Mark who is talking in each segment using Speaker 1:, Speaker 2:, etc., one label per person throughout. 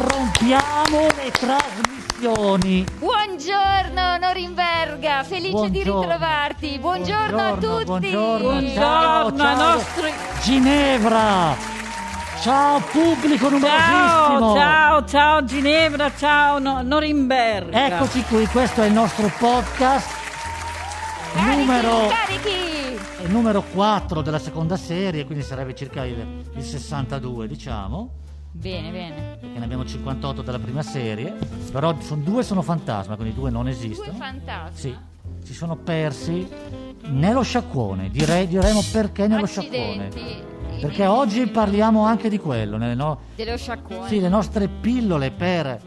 Speaker 1: Interrompiamo le trasmissioni.
Speaker 2: Buongiorno Norimberga, felice di
Speaker 1: Buongiorno.
Speaker 2: ritrovarti. Buongiorno, a tutti.
Speaker 1: Buongiorno, ciao,
Speaker 3: Buongiorno
Speaker 1: ciao.
Speaker 3: ai nostri-
Speaker 1: Ginevra. Ciao pubblico numerosissimo.
Speaker 3: Ciao, ciao, ciao Ginevra, ciao no- Norimberga.
Speaker 1: Eccoci qui, questo è il nostro podcast
Speaker 2: Carichi,
Speaker 1: numero,
Speaker 2: carichi.
Speaker 1: è il numero 4 della seconda serie, quindi sarebbe circa il, il 62, diciamo,
Speaker 2: Bene, bene.
Speaker 1: perché ne abbiamo 58 della prima serie, però sono- due sono fantasma, quindi due non esistono.
Speaker 2: Due fantasmi.
Speaker 1: Sì, si sono persi nello sciacquone, direi, diremo perché nello sciacquone.
Speaker 2: Accidenti.
Speaker 1: Perché oggi parliamo anche di quello, nelle no-
Speaker 2: dello sciacquone.
Speaker 1: sì, le nostre pillole per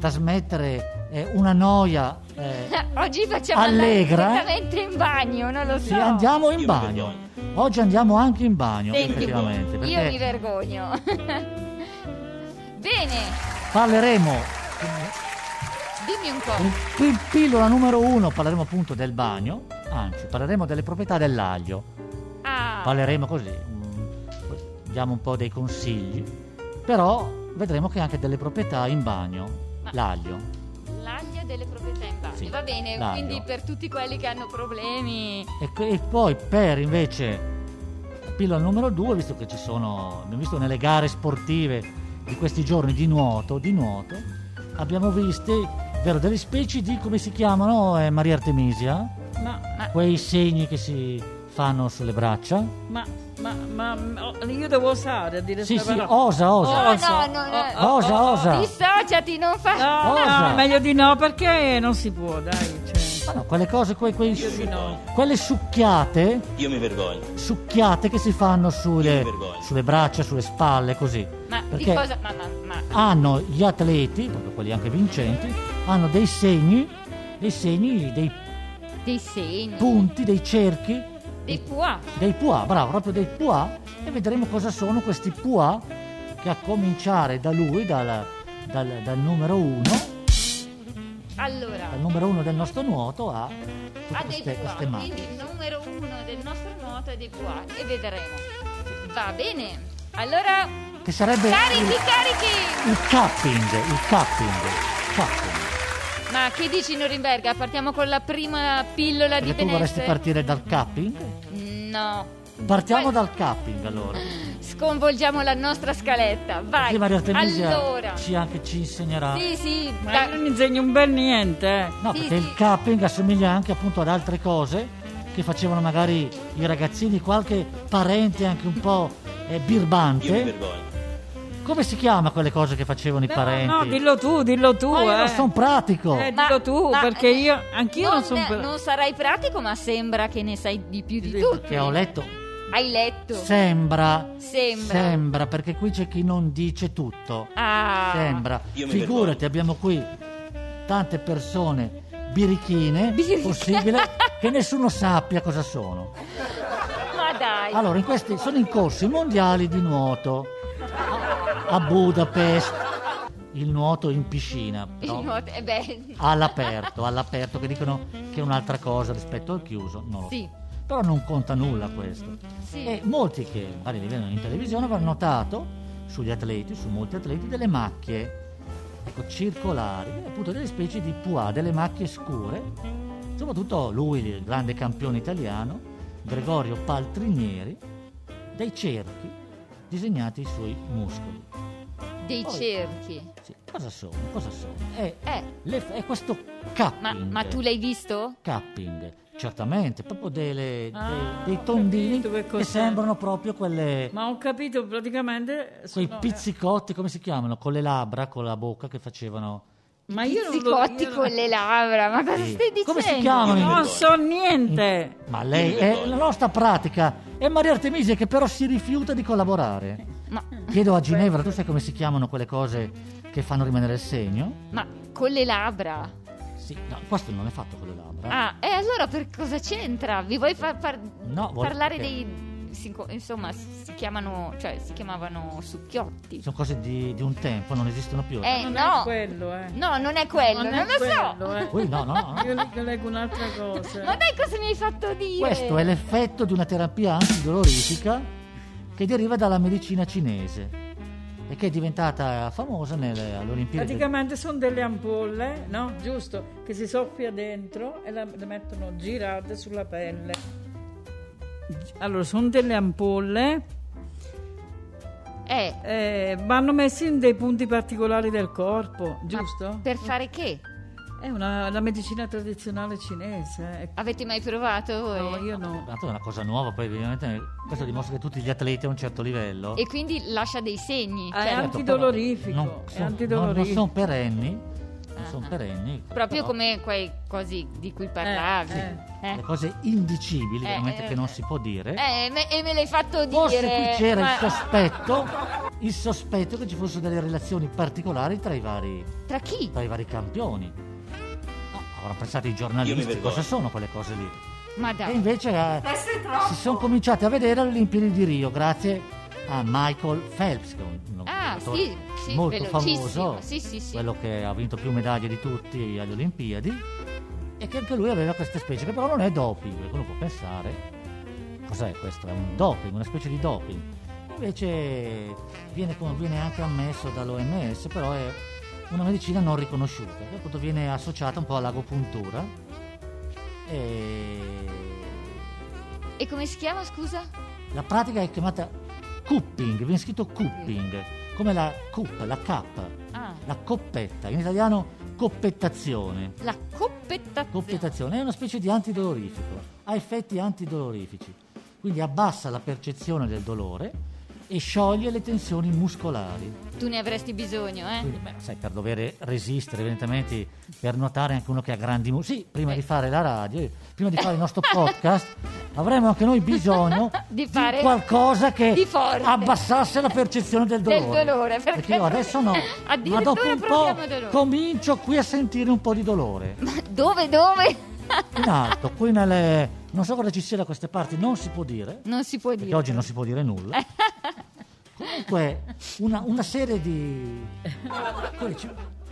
Speaker 1: trasmettere eh, una noia. eh,
Speaker 2: Oggi facciamo
Speaker 1: Allegra. eh?
Speaker 2: andare direttamente in bagno, non lo so.
Speaker 1: Sì, andiamo in bagno. Oggi andiamo anche in bagno,
Speaker 3: Senti.
Speaker 1: effettivamente,
Speaker 2: Io mi
Speaker 1: perché
Speaker 2: vergogno. bene,
Speaker 1: parleremo
Speaker 2: dimmi un po'.
Speaker 1: in pi- pillola numero uno, parleremo appunto del bagno, anzi, parleremo delle proprietà dell'aglio.
Speaker 2: Ah,
Speaker 1: Parleremo così, mm, diamo un po' dei consigli, però vedremo che anche delle proprietà in bagno,
Speaker 2: Ma-
Speaker 1: l'aglio.
Speaker 2: l'aglio delle proprietà in bagno.
Speaker 1: Sì,
Speaker 2: Va bene,
Speaker 1: l'aglio.
Speaker 2: quindi per tutti quelli che hanno problemi
Speaker 1: E, que- e poi per invece la pillola numero due, visto che ci sono, abbiamo visto nelle gare sportive di questi giorni di nuoto, di nuoto, abbiamo visto vero, delle specie di, come si chiamano, eh, Maria Artemisia,
Speaker 3: Ma,
Speaker 1: quei segni che si fanno sulle braccia.
Speaker 3: ma, ma, ma, ma- oh, io devo osare a dire
Speaker 1: Sì,
Speaker 3: sta
Speaker 1: sì, oh,
Speaker 3: parola.
Speaker 1: osa, osa.
Speaker 2: Oh, No,
Speaker 3: Osa,
Speaker 2: no, no, no.
Speaker 3: oh, oh,
Speaker 1: Osa,
Speaker 3: oh,
Speaker 1: osa.
Speaker 2: Dissociati, non fa.
Speaker 3: No,
Speaker 1: Osa.
Speaker 3: no, meglio di no, perché non si può, dai. Cioè.
Speaker 1: Ma Ah, no, quelle cose, que- quei-
Speaker 3: Meglio di no.
Speaker 1: quelle succhiate,
Speaker 4: Io mi vergogno.
Speaker 1: succhiate che si fanno sulle,
Speaker 4: Io mi vergogno.
Speaker 1: sulle braccia, sulle spalle, così.
Speaker 2: Ma di
Speaker 1: Perché?
Speaker 2: cosa? Ma, ma, ma-
Speaker 1: hanno gli atleti, proprio quelli anche vincenti, hanno dei segni, dei segni, dei
Speaker 2: dei segni,
Speaker 1: punti, dei cerchi,
Speaker 2: dei pua.
Speaker 1: dei pois, bravo, proprio dei pois, e vedremo cosa sono questi pois, che a cominciare da lui, dal, dal- dal numero uno,
Speaker 2: Allora,
Speaker 1: dal numero uno del nostro nuoto a tutte
Speaker 2: ha dei
Speaker 1: queste,
Speaker 2: pua,
Speaker 1: queste mani.
Speaker 2: quindi il numero uno del nostro nuoto è dei pua e vedremo. Va bene. Allora,
Speaker 1: Che sarebbe
Speaker 2: carichi,
Speaker 1: il,
Speaker 2: carichi.
Speaker 1: il cupping, il cupping, cupping.
Speaker 2: Ma che dici Norimberga? Partiamo con la prima pillola di
Speaker 1: Perché tu vorresti
Speaker 2: benessere?
Speaker 1: partire dal cupping?
Speaker 2: No.
Speaker 1: Partiamo
Speaker 2: Poi-
Speaker 1: dal cupping allora.
Speaker 2: Sconvolgiamo la nostra scaletta. Vai.
Speaker 1: Prima Maria Artemisia
Speaker 2: allora.
Speaker 1: ci, anche ci insegnerà.
Speaker 2: Sì, sì.
Speaker 3: Ma
Speaker 2: da-
Speaker 3: io non insegno un bel niente. eh.
Speaker 1: No,
Speaker 2: Sì,
Speaker 1: perché
Speaker 2: sì.
Speaker 1: il cupping assomiglia anche appunto ad altre cose che facevano magari i ragazzini, qualche parente anche un po' eh,
Speaker 4: Io mi
Speaker 1: birbante.
Speaker 4: vergogno.
Speaker 1: Come si chiama quelle cose che facevano i
Speaker 3: No,
Speaker 1: parenti?
Speaker 3: no, dillo tu, dillo tu.
Speaker 1: Ma io
Speaker 3: eh.
Speaker 1: non sono pratico.
Speaker 3: Eh, dillo tu, perché io- anch'io non son per-
Speaker 2: Non sarai pratico, ma sembra che ne sai di più di
Speaker 3: Sì,
Speaker 2: tutti.
Speaker 1: Che ho letto
Speaker 2: Hai letto?
Speaker 1: sembra,
Speaker 2: Sembra.
Speaker 1: sembra, perché qui c'è chi non dice tutto.
Speaker 2: Ah.
Speaker 1: Sembra.
Speaker 4: Io mi
Speaker 1: Figurati,
Speaker 4: vergogno.
Speaker 1: abbiamo qui tante persone birichine,
Speaker 2: Birichine.
Speaker 1: possibile che nessuno sappia cosa sono.
Speaker 2: Ma dai.
Speaker 1: Allora, in questi sono in corso i mondiali di nuoto a, a Budapest, il nuoto in piscina,
Speaker 2: Il
Speaker 1: però
Speaker 2: nuoto- eh beh,
Speaker 1: all'aperto, all'aperto, che dicono che è un'altra cosa rispetto al chiuso, non lo so.
Speaker 2: Sì.
Speaker 1: Però non conta nulla questo.
Speaker 2: Sì.
Speaker 1: E molti che magari li vedono in televisione avranno notato sugli atleti, su molti atleti, delle macchie, ecco, circolari, appunto delle specie di pois, delle macchie scure, soprattutto lui, il grande campione italiano, Gregorio Paltrinieri, dei cerchi disegnati sui muscoli.
Speaker 2: Dei
Speaker 1: poi-
Speaker 2: cerchi.
Speaker 1: Sì, cosa sono? Cosa sono? È,
Speaker 2: Eh,
Speaker 1: le- è questo
Speaker 2: ma,
Speaker 1: capping.
Speaker 2: ma tu l'hai visto?
Speaker 1: Capping, certamente, proprio delle-
Speaker 3: Ah,
Speaker 1: dei, dei
Speaker 3: ho
Speaker 1: tondini
Speaker 3: capito che
Speaker 1: che
Speaker 3: cos'è.
Speaker 1: sembrano proprio quelle...
Speaker 3: Ma ho capito praticamente...
Speaker 1: quei
Speaker 3: sono-
Speaker 1: pizzicotti, come si chiamano? Con le labbra, con la bocca che facevano.
Speaker 3: Ma io non lo-
Speaker 2: Pizzicotti
Speaker 3: io non-
Speaker 2: con le labbra, ma cosa
Speaker 1: Sì.
Speaker 2: stai dicendo?
Speaker 1: Come si chiamano?
Speaker 3: Non so niente.
Speaker 1: Ma lei
Speaker 4: mi
Speaker 1: è
Speaker 4: vergogno.
Speaker 1: la nostra pratica. È Maria Artemisia che però si rifiuta di collaborare.
Speaker 2: Ma,
Speaker 1: Chiedo a Ginevra, tu sai come si chiamano quelle cose che fanno rimanere il segno?
Speaker 2: ma con le labbra?
Speaker 1: Sì, no, questo non è fatto con le labbra.
Speaker 2: Ah, e allora per cosa c'entra? Vi vuoi far par-
Speaker 1: No, vuole-
Speaker 2: parlare
Speaker 1: ok.
Speaker 2: dei... si inco- Insomma, si chiamano... Cioè, si chiamavano succhiotti.
Speaker 1: Sono cose di, di un tempo, non esistono più.
Speaker 2: Eh,
Speaker 3: Non
Speaker 2: no.
Speaker 3: è quello, eh.
Speaker 2: No, non è quello, non,
Speaker 3: è
Speaker 2: lo so.
Speaker 3: quello, cioè. eh.
Speaker 1: Ui, no, no, no.
Speaker 3: Io leggo- leggo un'altra cosa.
Speaker 2: Ma dai, cosa mi hai fatto dire?
Speaker 1: Questo è l'effetto di una terapia antidolorifica che deriva dalla medicina cinese. e che è diventata famosa nelle, alle Olimpiadi. del-
Speaker 3: Praticamente sono delle ampolle, no? Giusto, che si soffia dentro e la, le mettono girate sulla pelle. Allora, sono delle ampolle,
Speaker 2: Eh,
Speaker 3: eh, vanno messe in dei punti particolari del
Speaker 1: Ah,
Speaker 3: corpo,
Speaker 2: ma
Speaker 3: giusto?
Speaker 2: per fare che?
Speaker 3: È una, la medicina tradizionale cinese. eh.
Speaker 2: Avete mai provato voi?
Speaker 3: No, io no.
Speaker 1: Tanto è una cosa nuova, poi ovviamente questo dimostra che tutti gli atleti a un certo livello
Speaker 2: E quindi lascia dei segni.
Speaker 3: Ah, è
Speaker 2: cioè,
Speaker 3: anche- antidolorifico,
Speaker 1: non
Speaker 3: è
Speaker 1: son-
Speaker 3: antidolorifico. Ah.
Speaker 1: non- non sono perenni, non sono perenni.
Speaker 2: proprio
Speaker 1: però
Speaker 2: come quei cosi di cui parlavi.
Speaker 3: eh.
Speaker 2: Eh.
Speaker 1: le cose indicibili,
Speaker 2: Eh,
Speaker 1: veramente
Speaker 2: eh,
Speaker 1: che non
Speaker 2: eh.
Speaker 1: si può dire.
Speaker 2: Eh, me- e me l'hai fatto dire.
Speaker 1: Forse qui c'era
Speaker 2: ma-
Speaker 1: il sospetto, il sospetto che ci fossero delle relazioni particolari tra i vari,
Speaker 2: Tra chi?
Speaker 1: tra i vari campioni. No, avranno pensato i giornalisti,
Speaker 4: vergogno.
Speaker 1: cosa sono quelle cose lì?
Speaker 2: Ma
Speaker 1: E
Speaker 2: dai.
Speaker 1: invece eh, si sono cominciate a vedere alle Olimpiadi di Rio, grazie a Michael Phelps, che è un, un
Speaker 2: Ah,
Speaker 1: nuotatore
Speaker 2: sì, sì,
Speaker 1: molto
Speaker 2: velocissimo,
Speaker 1: famoso,
Speaker 2: sì, sì, sì.
Speaker 1: quello che ha vinto più medaglie di tutti alle Olimpiadi, e che anche lui aveva questa specie, che però non è doping, perché uno può pensare, cos'è questo? È un doping, una specie di doping. Invece viene, con- viene anche ammesso dall'OMS, però è una medicina non riconosciuta, che appunto viene associata un po' all'agopuntura. E
Speaker 2: E come si chiama, scusa?
Speaker 1: la pratica è chiamata cupping, viene scritto cupping, come la cup, la cappa,
Speaker 2: Ah,
Speaker 1: la coppetta, in italiano coppettazione.
Speaker 2: la coppettazione.
Speaker 1: Coppettazione è una specie di antidolorifico, ha effetti antidolorifici, quindi abbassa la percezione del dolore e scioglie le tensioni muscolari.
Speaker 2: Tu ne avresti bisogno, eh?
Speaker 1: Quindi, beh, sai, per dover resistere, evidentemente, per nuotare anche uno che ha grandi muscoli. Sì, prima
Speaker 2: Eh.
Speaker 1: di fare la radio, prima di fare il nostro podcast, avremmo anche noi bisogno
Speaker 2: Di fare
Speaker 1: qualcosa che
Speaker 2: di forte.
Speaker 1: abbassasse la percezione del dolore.
Speaker 2: Del dolore, perché-
Speaker 1: io adesso no, ma
Speaker 2: Addirittura
Speaker 1: dopo un po'
Speaker 2: proviamo dolore.
Speaker 1: comincio qui a sentire un po' di dolore
Speaker 2: Ma dove, dove?
Speaker 1: in alto, qui nelle... non so cosa ci sia da queste parti, non si può dire,
Speaker 2: non si può
Speaker 1: perché
Speaker 2: dire.
Speaker 1: oggi non si può dire nulla. Comunque, una, una serie di... quelli ci-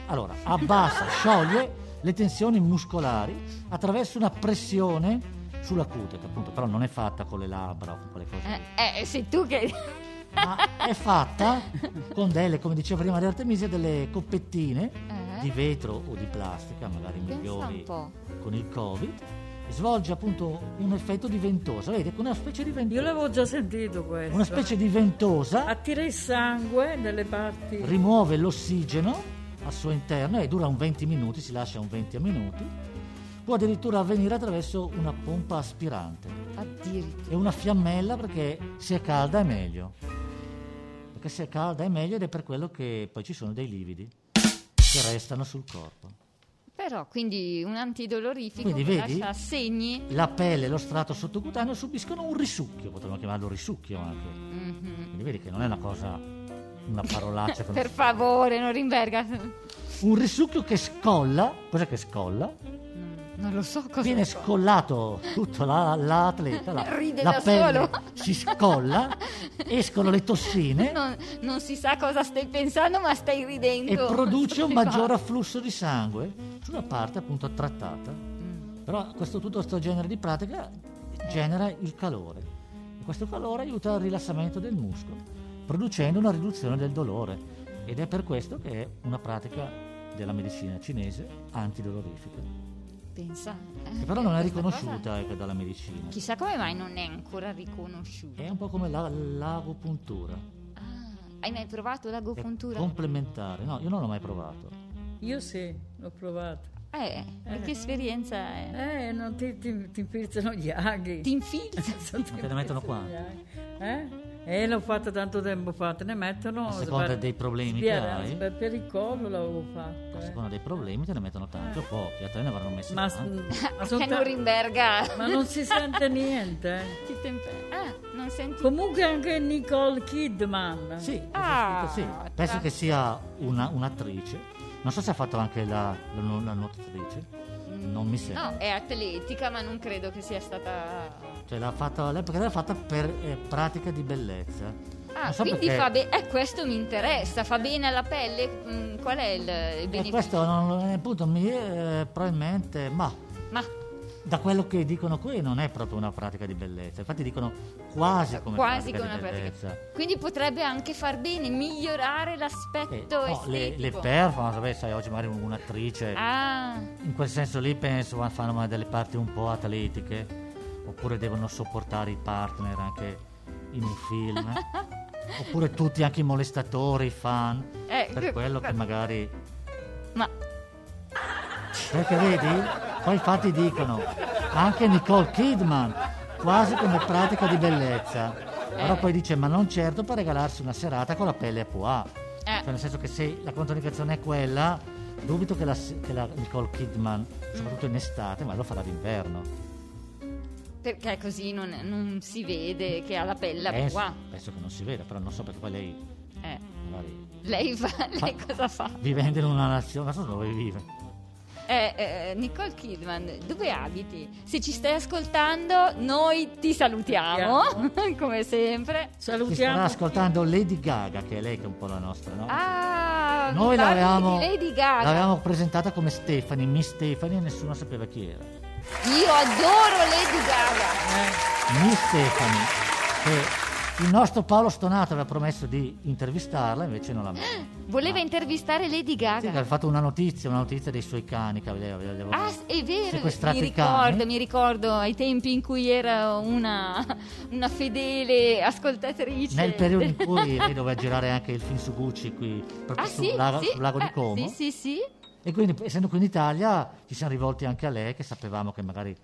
Speaker 1: Allora, abbassa, scioglie le tensioni muscolari attraverso una pressione sulla cute, che appunto però non è fatta con le labbra o con quelle cose lì,
Speaker 2: Eh, eh, sei tu che...
Speaker 1: ma è fatta con delle, come diceva prima di Artemisia, delle coppettine
Speaker 2: Eh?
Speaker 1: di vetro o di plastica, magari
Speaker 2: Pensa
Speaker 1: migliori
Speaker 2: un po'.
Speaker 1: con il Covid, svolge appunto un effetto di ventosa, vedi, con una specie di
Speaker 3: Io
Speaker 1: ventosa,
Speaker 3: l'avevo già sentito questo.
Speaker 1: una specie di ventosa
Speaker 3: Attira il sangue nelle parti...
Speaker 1: rimuove l'ossigeno al suo interno e dura un 20 minuti, si lascia un 20 minuti, può addirittura avvenire attraverso una pompa aspirante
Speaker 2: Addirittura.
Speaker 1: e una fiammella perché se è calda è meglio, perché se è calda è meglio ed è per quello che poi ci sono dei lividi che restano sul corpo.
Speaker 2: Però, quindi un antidolorifico
Speaker 1: Quindi,
Speaker 2: che
Speaker 1: vedi?
Speaker 2: lascia segni.
Speaker 1: La pelle e lo strato sottocutaneo subiscono un risucchio, potremmo chiamarlo risucchio anche.
Speaker 2: Mhm.
Speaker 1: Quindi vedi che non è una cosa, una parolaccia. che non-
Speaker 2: Per favore, non rinverga.
Speaker 1: Un risucchio che scolla, cos'è che scolla?
Speaker 2: Non, non lo so cosa...
Speaker 1: Viene scollato tutto la- l'atleta, la,
Speaker 2: Ride
Speaker 1: la
Speaker 2: da
Speaker 1: pelle
Speaker 2: solo.
Speaker 1: si scolla, escono le tossine
Speaker 2: Non, non si sa cosa stai pensando, ma stai ridendo.
Speaker 1: e produce un
Speaker 2: Stai
Speaker 1: maggior
Speaker 2: qua.
Speaker 1: afflusso di sangue sulla parte appunto trattata.
Speaker 2: Mm.
Speaker 1: Però questo, tutto questo genere di pratica genera il calore e questo calore aiuta al rilassamento del muscolo, producendo una riduzione del dolore ed è per questo che è una pratica della medicina cinese antidolorifica,
Speaker 2: Pensa. eh.
Speaker 1: che però non è
Speaker 2: Questa cosa-
Speaker 1: riconosciuta ecco, dalla medicina.
Speaker 2: Chissà come mai non è ancora riconosciuta.
Speaker 1: È un po' come la, l'agopuntura,
Speaker 2: Ah, hai mai provato
Speaker 1: è
Speaker 2: l'agopuntura?
Speaker 1: complementare, no, io non l'ho mai provato.
Speaker 3: Io sì, l'ho provato.
Speaker 2: Eh, e che esperienza è?
Speaker 3: Eh, non ti, ti, ti infilzano gli aghi.
Speaker 2: Ti
Speaker 1: Eh,
Speaker 2: infilza?
Speaker 3: Sono ti
Speaker 1: Te ne mettono
Speaker 3: infilzano
Speaker 1: quanti?
Speaker 3: gli aghi. Eh? Eh, l'ho fatto tanto tempo fa, te ne mettono...
Speaker 1: A seconda
Speaker 3: sbar-
Speaker 1: dei problemi che
Speaker 3: sbiar-
Speaker 1: hai.
Speaker 3: sbar- eh, per il collo l'avevo fatto.
Speaker 1: A
Speaker 3: eh.
Speaker 1: seconda dei problemi te ne mettono tanti o
Speaker 2: Ah.
Speaker 1: pochi, a te ne avranno messi
Speaker 3: Ma,
Speaker 1: tanti.
Speaker 3: ma
Speaker 2: Che
Speaker 3: son
Speaker 2: non
Speaker 3: ta-
Speaker 2: rimberga.
Speaker 3: ma non si sente niente. eh.
Speaker 2: Ti tempe- Ah, non senti.
Speaker 3: Comunque anche Nicole Kidman.
Speaker 1: Sì,
Speaker 2: Ah,
Speaker 1: ho sentito, sì.
Speaker 2: tra-
Speaker 1: penso che sia una- un'attrice. Non so se ha fatto anche la, la, nu- la nuotatrice, non mi sembra.
Speaker 2: Mm, No, è atletica, ma non credo che sia stata.
Speaker 1: Cioè l'ha fatta lei perché l'ha fatta per eh, pratica di bellezza.
Speaker 2: Ah,
Speaker 1: Non so
Speaker 2: quindi
Speaker 1: perché-
Speaker 2: fa bene. Eh, questo mi interessa. Fa bene alla pelle. Mm, qual è il, il
Speaker 1: E
Speaker 2: beneficio?
Speaker 1: questo non, eh, appunto mi eh, probabilmente ma
Speaker 2: Ma
Speaker 1: da quello che dicono qui non è proprio una pratica di bellezza, infatti dicono quasi come
Speaker 2: quasi
Speaker 1: pratica
Speaker 2: come una
Speaker 1: di bellezza.
Speaker 2: pratica. Quindi potrebbe anche far bene, migliorare
Speaker 1: Eh,
Speaker 2: l'aspetto
Speaker 1: no, le, le
Speaker 2: estetico.
Speaker 1: performance, beh, sai, oggi magari un'attrice
Speaker 2: ah,
Speaker 1: in quel senso lì penso ma fanno ma delle parti un po' atletiche oppure devono sopportare i partner anche in un film eh. oppure tutti anche i molestatori i fan
Speaker 2: Eh,
Speaker 1: per
Speaker 2: che-
Speaker 1: quello che magari
Speaker 2: ma
Speaker 1: perché vedi poi infatti dicono anche Nicole Kidman quasi come pratica di bellezza però
Speaker 2: Eh.
Speaker 1: poi dice ma non certo per regalarsi una serata con la pelle a pois
Speaker 2: eh,
Speaker 1: cioè, nel senso che se la controindicazione è quella, dubito che la, che la Nicole Kidman, soprattutto in estate, ma lo farà d'inverno.
Speaker 2: perché così non, non si vede che ha la pelle a
Speaker 1: penso,
Speaker 2: qua.
Speaker 1: penso che non si veda, però non so perché poi lei
Speaker 2: Eh,
Speaker 1: magari
Speaker 2: lei, fa- lei cosa fa?
Speaker 1: vivendo in una nazione, non so dove vive.
Speaker 2: Eh, eh, Nicole Kidman, dove abiti? Se ci stai ascoltando, noi ti salutiamo, come sempre.
Speaker 1: Ci starà
Speaker 3: Salutiamo.
Speaker 1: ascoltando Lady Gaga, che è lei che è un po' la nostra, no?
Speaker 2: Ah,
Speaker 1: Noi
Speaker 2: parli di
Speaker 1: l'avevamo,
Speaker 2: Lady Gaga.
Speaker 1: l'avevamo presentata come Stephanie, Miss Stephanie, e nessuno sapeva chi era.
Speaker 2: Io adoro Lady Gaga.
Speaker 3: Eh,
Speaker 1: Miss Stephanie, che il nostro Paolo Stonato aveva promesso di intervistarla, invece non l'ha
Speaker 2: Eh,
Speaker 1: mai.
Speaker 2: Voleva
Speaker 1: Ma-
Speaker 2: intervistare Lady
Speaker 1: Sì, che
Speaker 2: Gaga.
Speaker 1: aveva fatto una notizia, una notizia dei suoi cani che aveva, aveva-
Speaker 2: Ah, s- è vero,
Speaker 1: sequestrato
Speaker 2: mi
Speaker 1: i cani.
Speaker 2: ricordo, mi ricordo ai tempi in cui era una, una fedele ascoltatrice.
Speaker 1: nel periodo in cui lei doveva girare anche il film su Gucci qui proprio
Speaker 2: ah,
Speaker 1: sul,
Speaker 2: sì,
Speaker 1: lago,
Speaker 2: sì,
Speaker 1: sul lago di
Speaker 2: eh,
Speaker 1: Como
Speaker 2: Sì, sì, sì.
Speaker 1: e quindi essendo qui in Italia ci siamo rivolti anche a lei che sapevamo che magari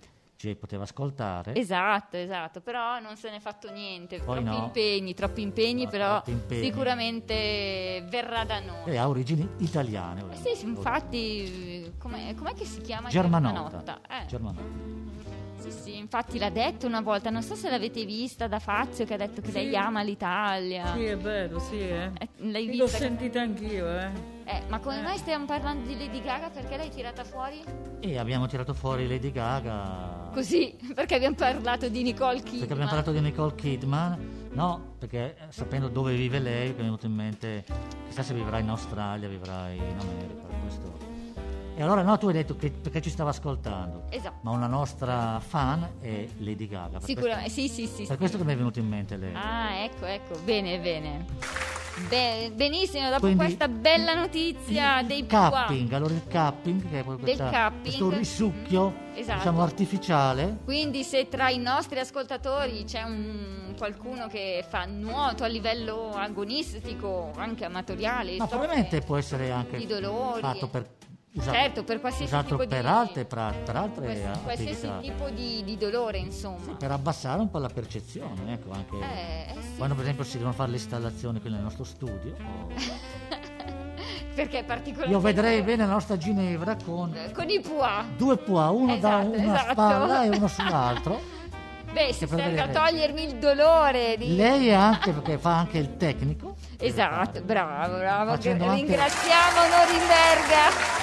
Speaker 1: ci poteva ascoltare
Speaker 2: Esatto, esatto, però non se n'è fatto niente,
Speaker 1: Poi
Speaker 2: troppi
Speaker 1: no.
Speaker 2: impegni, troppi impegni,
Speaker 1: No,
Speaker 2: però
Speaker 1: troppi impegni. Eh,
Speaker 2: sicuramente verrà da noi.
Speaker 1: e ha origini italiane
Speaker 2: Eh
Speaker 1: ovviamente.
Speaker 2: sì, sì, infatti, com'è, com'è che si chiama?
Speaker 1: Germanotta,
Speaker 2: Eh,
Speaker 1: Germanotta.
Speaker 2: sì, sì, infatti l'ha detto una volta, non so se l'avete vista da Fazio che ha detto che
Speaker 3: Sì.
Speaker 2: lei ama l'Italia.
Speaker 3: eh? sì, è vero, sì, eh.
Speaker 2: Eh, l'hai
Speaker 3: L'ho
Speaker 2: vista?
Speaker 3: sentita anch'io, eh.
Speaker 2: Eh, ma come mai stiamo parlando di Lady Gaga? Perché l'hai tirata fuori?
Speaker 1: e abbiamo tirato fuori Lady Gaga
Speaker 2: Così, perché abbiamo parlato di Nicole Kidman.
Speaker 1: perché abbiamo parlato di Nicole Kidman no perché eh, sapendo dove vive lei che mi è venuto in mente chissà se vivrà in Australia vivrà in America questo. e allora no tu hai detto che perché ci stava ascoltando
Speaker 2: Esatto.
Speaker 1: ma una nostra fan è Lady Gaga. Per
Speaker 2: Sicuramente,
Speaker 1: Questo,
Speaker 2: sì, sì, eh, sì.
Speaker 1: per questo che mi è venuto in mente lei.
Speaker 2: Ah, ecco, ecco, bene, bene. Be- benissimo, dopo
Speaker 1: Quindi-
Speaker 2: questa bella notizia dei
Speaker 1: il
Speaker 2: Pua.
Speaker 1: capping, allora il capping che è proprio
Speaker 2: Del
Speaker 1: questa-
Speaker 2: capping.
Speaker 1: questo risucchio
Speaker 2: Esatto.
Speaker 1: diciamo artificiale.
Speaker 2: Quindi se tra i nostri ascoltatori c'è un- qualcuno che fa nuoto a livello agonistico, anche amatoriale,
Speaker 1: Ma
Speaker 2: so
Speaker 1: probabilmente
Speaker 2: che-
Speaker 1: può essere anche
Speaker 2: i dolori.
Speaker 1: fatto per usato,
Speaker 2: Certo, per qualsiasi
Speaker 1: usato
Speaker 2: tipo di-
Speaker 1: per altre, pra- per altre
Speaker 2: quals- qualsiasi
Speaker 1: attività.
Speaker 2: tipo di, di dolore, insomma.
Speaker 1: Per abbassare un po' la percezione, ecco, anche
Speaker 2: Eh, eh sì,
Speaker 1: quando per esempio si devono fare le installazioni qui nel nostro studio.
Speaker 2: perché è particolarmente...
Speaker 1: Io vedrei bene la nostra Ginevra con
Speaker 2: Con i Pua.
Speaker 1: due pua, uno
Speaker 2: Eh, Esatto,
Speaker 1: da una
Speaker 2: esatto.
Speaker 1: spalla e uno sull'altro.
Speaker 2: Beh, se serve a
Speaker 1: proverei.
Speaker 2: togliermi il dolore di...
Speaker 1: Lei è anche perché fa anche il tecnico.
Speaker 2: Esatto, bravo, bravo.
Speaker 1: Facendo
Speaker 2: Gra-
Speaker 1: anche-
Speaker 2: Ringraziamo Norimberga.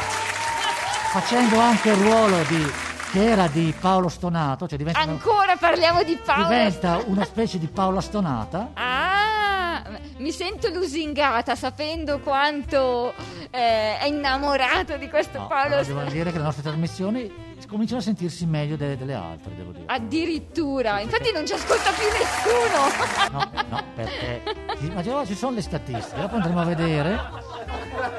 Speaker 1: Facendo anche il ruolo di che era di Paolo Stonato, cioè diventa,
Speaker 2: Ancora parliamo di Paolo.
Speaker 1: diventa una specie di Paola Stonata.
Speaker 2: Ah, mi sento lusingata sapendo quanto eh, è innamorato di questo
Speaker 1: No,
Speaker 2: Paolo.
Speaker 1: però devo dire che le nostre trasmissioni cominciano a sentirsi meglio delle, delle altre, devo dire.
Speaker 2: Addirittura, infatti non ci ascolta più nessuno.
Speaker 1: No, no, perché ci- ma ci- ci sono le statistiche, dopo andremo a vedere.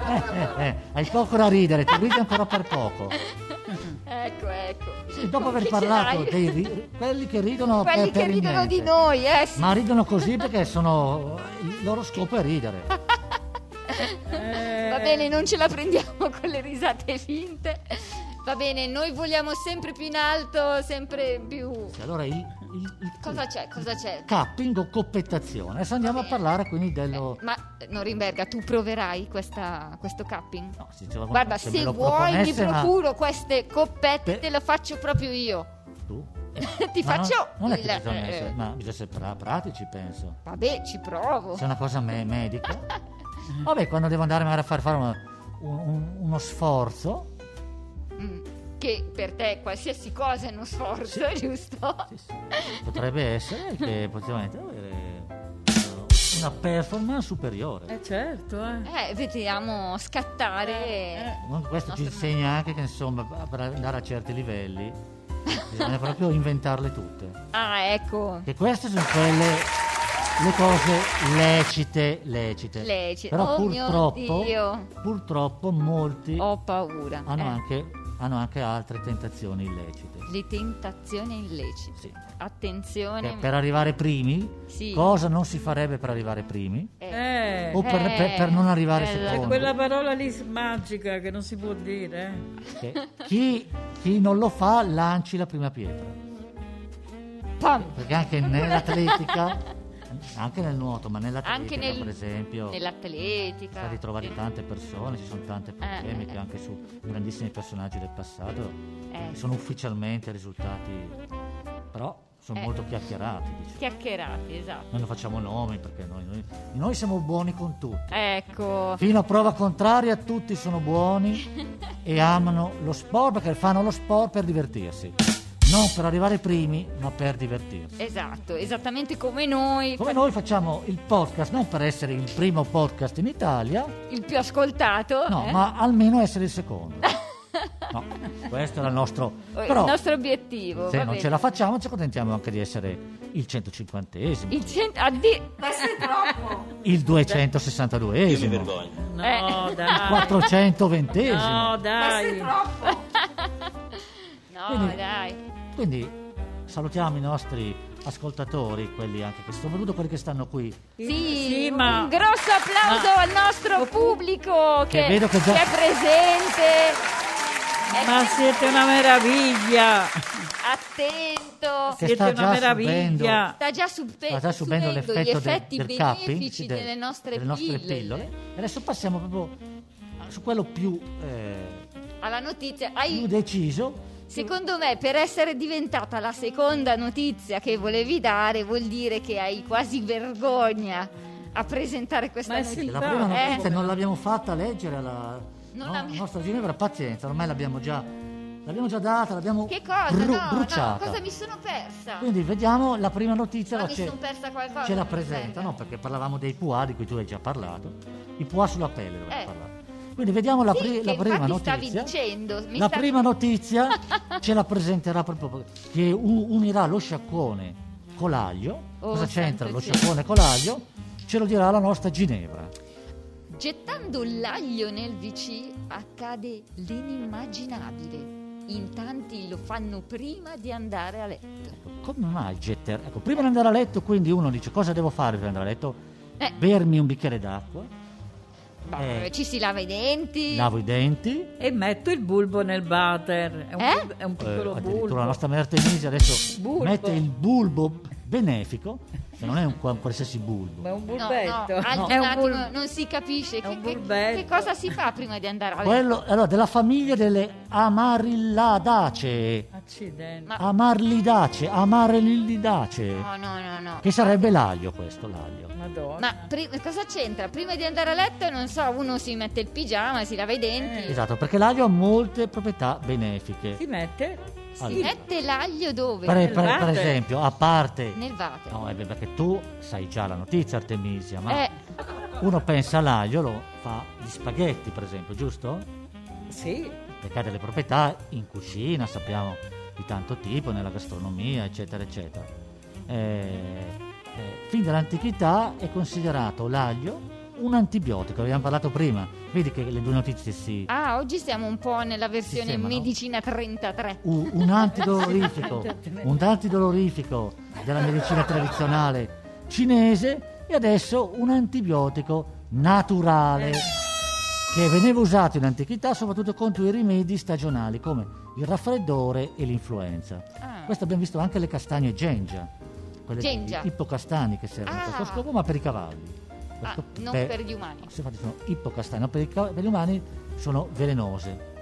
Speaker 1: Eh, eh, eh, hai poco da ridere, ti ridi ancora per poco.
Speaker 2: ecco, ecco.
Speaker 1: Sì, dopo
Speaker 2: Con
Speaker 1: aver
Speaker 2: chi ce
Speaker 1: parlato
Speaker 2: l'hai?
Speaker 1: dei ri- quelli che ridono
Speaker 2: quelli
Speaker 1: per-
Speaker 2: che ridono di
Speaker 1: perilmente.
Speaker 2: noi, eh. sì.
Speaker 1: Ma ridono così perché sono. il loro scopo è ridere. Cioè,
Speaker 2: Va bene, non ce la prendiamo con le risate finte. Va bene, noi vogliamo sempre più in alto, sempre più.
Speaker 1: Sì, Allora il, il- il-
Speaker 2: Cosa c'è? Cosa c'è?
Speaker 1: capping o coppettazione. Adesso andiamo a
Speaker 2: bene.
Speaker 1: parlare quindi dello.
Speaker 2: Ma eh, Norimberga, tu proverai questa- questo capping?
Speaker 1: No, se ce la-
Speaker 2: Guarda,
Speaker 1: se
Speaker 2: se,
Speaker 1: me lo
Speaker 2: vuoi mi
Speaker 1: proponesse, ma-
Speaker 2: procuro queste coppette,
Speaker 1: Beh.
Speaker 2: te le faccio proprio io.
Speaker 1: Tu? eh,
Speaker 2: Ti
Speaker 1: Ma non-
Speaker 2: faccio
Speaker 1: Non, è che
Speaker 2: il-
Speaker 1: bisogna
Speaker 2: eh,
Speaker 1: essere, ma bisogna essere pra- pratici, penso.
Speaker 2: Vabbè, ci provo.
Speaker 1: Se è una cosa me- medica. Vabbè, quando devo andare magari a far fare una- un- un- uno sforzo.
Speaker 2: Mm, Che per te qualsiasi cosa è uno sforzo, giusto?
Speaker 1: Sì, sì. Potrebbe essere che effettivamente avere eh, una performance superiore.
Speaker 3: Eh certo, eh.
Speaker 2: Eh, vediamo scattare.
Speaker 3: Eh,
Speaker 1: Comunque Questo ci insegna anche che insomma per andare a certi livelli Bisogna proprio inventarle tutte.
Speaker 2: Ah, ecco.
Speaker 1: Che queste sono quelle le cose lecite, lecite.
Speaker 2: Leci.
Speaker 1: Però
Speaker 2: oh mio
Speaker 1: purtroppo,
Speaker 2: Dio,
Speaker 1: purtroppo molti
Speaker 2: ho paura.
Speaker 1: hanno,
Speaker 2: Eh,
Speaker 1: anche, hanno anche altre tentazioni illecite.
Speaker 2: Le tentazioni illecite.
Speaker 1: Sì.
Speaker 2: Attenzione.
Speaker 1: Per- per arrivare primi,
Speaker 2: Sì.
Speaker 1: cosa non si farebbe per arrivare primi?
Speaker 2: Eh,
Speaker 3: Eh,
Speaker 1: O per,
Speaker 2: Eh,
Speaker 1: per- per non arrivare
Speaker 2: quella-
Speaker 1: secondi.
Speaker 3: quella parola lì s- magica che non si può dire. eh.
Speaker 1: Che chi, chi non lo fa lanci la prima pietra.
Speaker 2: pam.
Speaker 1: Perché anche nell'atletica, anche nel nuoto, ma nell'atletica
Speaker 2: Anche nel-
Speaker 1: per esempio,
Speaker 2: nell'atletica. eh,
Speaker 1: sa ritrovare
Speaker 2: sì.
Speaker 1: tante persone, ci sono tante polemiche
Speaker 2: eh.
Speaker 1: anche su grandissimi personaggi del passato,
Speaker 2: Eh,
Speaker 1: che sono ufficialmente risultati, però sono
Speaker 2: Eh.
Speaker 1: molto chiacchierati. Diciamo.
Speaker 2: Chiacchierati, esatto.
Speaker 1: Noi non facciamo nomi perché noi- noi- noi siamo buoni con tutti.
Speaker 2: Ecco.
Speaker 1: Fino a prova contraria tutti sono buoni e amano lo sport perché fanno lo sport per divertirsi. Non per arrivare primi, ma per divertirsi.
Speaker 2: Esatto, esattamente come noi,
Speaker 1: Come noi facciamo il podcast non per essere il primo podcast in Italia,
Speaker 2: il più ascoltato,
Speaker 1: no,
Speaker 2: eh?
Speaker 1: ma almeno essere il secondo. No, questo era il nostro... Però
Speaker 2: il nostro obiettivo.
Speaker 1: se
Speaker 2: va
Speaker 1: non
Speaker 2: bene.
Speaker 1: ce la facciamo ci accontentiamo anche di essere il 150esimo,
Speaker 2: Il cent- addi-
Speaker 1: il 262esimo,
Speaker 4: vergogno.
Speaker 3: No,
Speaker 2: Eh.
Speaker 1: il
Speaker 3: dai.
Speaker 1: 420esimo.
Speaker 3: No, dai.
Speaker 2: No,
Speaker 1: Quindi-
Speaker 2: dai.
Speaker 1: Quindi salutiamo i nostri ascoltatori, quelli anche che sono venuti, quelli che stanno qui.
Speaker 2: Sì,
Speaker 3: Sì, ma
Speaker 2: un grosso applauso al nostro pubblico che,
Speaker 1: Che vedo che già-
Speaker 2: che è presente. Ecco. È
Speaker 3: ma siete una meraviglia.
Speaker 2: attento.
Speaker 1: Che
Speaker 3: Siete
Speaker 1: sta
Speaker 3: una
Speaker 1: già
Speaker 3: meraviglia.
Speaker 2: Sta già subpe-
Speaker 1: Sta già subendo
Speaker 2: subendo
Speaker 1: l'effetto
Speaker 2: gli
Speaker 1: de-
Speaker 2: effetti
Speaker 1: del
Speaker 2: benefici
Speaker 1: capping, de-
Speaker 2: delle nostre,
Speaker 1: delle nostre
Speaker 2: pillole.
Speaker 1: pillole. E adesso passiamo proprio su quello più, eh,
Speaker 2: Alla notizia,
Speaker 1: più
Speaker 2: hai
Speaker 1: deciso.
Speaker 2: Secondo me, per essere diventata la seconda notizia che volevi dare, vuol dire che hai quasi vergogna a presentare questa
Speaker 3: Ma è
Speaker 2: notizia.
Speaker 1: La prima
Speaker 2: Eh.
Speaker 1: notizia non l'abbiamo fatta leggere alla
Speaker 2: Non
Speaker 1: no,
Speaker 2: l'abbiamo-
Speaker 1: nostra Ginevra, pazienza, ormai l'abbiamo già, l'abbiamo già data, l'abbiamo
Speaker 2: Che cosa?
Speaker 1: bru-
Speaker 2: no, no,
Speaker 1: bruciata.
Speaker 2: cosa mi sono persa?
Speaker 1: Quindi vediamo la prima notizia.
Speaker 2: Ma
Speaker 1: la
Speaker 2: mi
Speaker 1: ce-
Speaker 2: sono persa qualcosa.
Speaker 1: ce la
Speaker 2: mi
Speaker 1: presenta,
Speaker 2: serve.
Speaker 1: no? Perché parlavamo dei PUA di cui tu hai già parlato, i PUA sulla pelle dove
Speaker 2: Eh.
Speaker 1: parlare. Quindi vediamo la,
Speaker 2: Sì,
Speaker 1: pri-
Speaker 2: che
Speaker 1: la prima
Speaker 2: infatti
Speaker 1: notizia.
Speaker 2: stavi dicendo. mi
Speaker 1: la
Speaker 2: stavi-
Speaker 1: prima notizia ce la presenterà proprio che u- unirà lo sciacquone colaglio.
Speaker 2: Oh,
Speaker 1: Cosa c'entra
Speaker 2: santo
Speaker 1: lo
Speaker 2: cielo.
Speaker 1: sciacquone colaglio? Ce lo dirà la nostra Ginevra.
Speaker 2: Gettando l'aglio nel VC accade l'inimmaginabile. In tanti lo fanno prima di andare a letto.
Speaker 1: Come mai getter? Ecco, prima di andare a letto, quindi uno dice cosa devo fare per andare a letto?
Speaker 2: Eh.
Speaker 1: Bermi un bicchiere d'acqua,
Speaker 2: Beh,
Speaker 1: Eh.
Speaker 2: Ci si lava i denti.
Speaker 1: lavo i denti,
Speaker 3: E metto il bulbo nel butter. È un,
Speaker 2: Eh?
Speaker 3: è un
Speaker 1: Eh,
Speaker 3: piccolo
Speaker 1: addirittura
Speaker 3: bulbo.
Speaker 1: la nostra Maria Artemisia adesso
Speaker 3: Bulbo.
Speaker 1: mette il bulbo benefico, che non è un qua- qualsiasi bulbo.
Speaker 3: Ma è
Speaker 2: No,
Speaker 3: un bulbetto.
Speaker 2: no, alzi
Speaker 3: È
Speaker 2: un
Speaker 3: un
Speaker 2: attimo,
Speaker 3: bulbo.
Speaker 2: non si capisce
Speaker 3: È
Speaker 2: che,
Speaker 3: un
Speaker 2: che-
Speaker 3: bulbetto.
Speaker 2: che cosa si fa prima di andare a letto.
Speaker 1: Quello allora, della famiglia delle amarilladacee,
Speaker 3: Accidenti.
Speaker 2: Ma-
Speaker 1: amarlidacee, amarellidacee,
Speaker 2: No, no, no, no.
Speaker 1: che sarebbe l'aglio questo, l'aglio.
Speaker 3: Madonna.
Speaker 2: Ma pri- cosa c'entra? Prima di andare a letto, non so, uno si mette il pigiama, si lava i denti,
Speaker 3: Eh,
Speaker 1: Esatto, perché l'aglio ha molte proprietà benefiche.
Speaker 3: Si mette?
Speaker 2: si
Speaker 1: Allora.
Speaker 2: mette l'aglio dove?
Speaker 1: Per,
Speaker 3: nel
Speaker 1: per- per
Speaker 3: water.
Speaker 1: esempio, a parte...
Speaker 2: Nel water.
Speaker 1: No, eh beh, perché tu sai già la notizia Artemisia, ma
Speaker 2: Eh,
Speaker 1: uno pensa all'aglio, lo fa gli spaghetti per esempio, giusto?
Speaker 3: Sì.
Speaker 1: perché ha delle proprietà in cucina, sappiamo di tanto tipo, nella gastronomia, eccetera, eccetera. Eh, eh, fin dall'antichità è considerato l'aglio un antibiotico, abbiamo parlato prima, vedi che le due notizie si...
Speaker 2: ah, oggi siamo un po' nella versione
Speaker 1: Sistema, no?
Speaker 2: medicina 33.
Speaker 1: u- Un antidolorifico, un antidolorifico della medicina tradizionale cinese e adesso un antibiotico naturale che veniva usato in antichità soprattutto contro i rimedi stagionali come il raffreddore e l'influenza.
Speaker 2: Ah.
Speaker 1: Questo abbiamo visto anche le castagne gengia, quelle
Speaker 2: Gengia.
Speaker 1: ippocastani che servono
Speaker 2: Ah.
Speaker 1: per questo scopo, ma per i cavalli.
Speaker 2: Ah,
Speaker 1: Questo
Speaker 2: non per gli umani.
Speaker 1: Se infatti sono ippocastani, no, per, i ca- per gli umani sono velenose.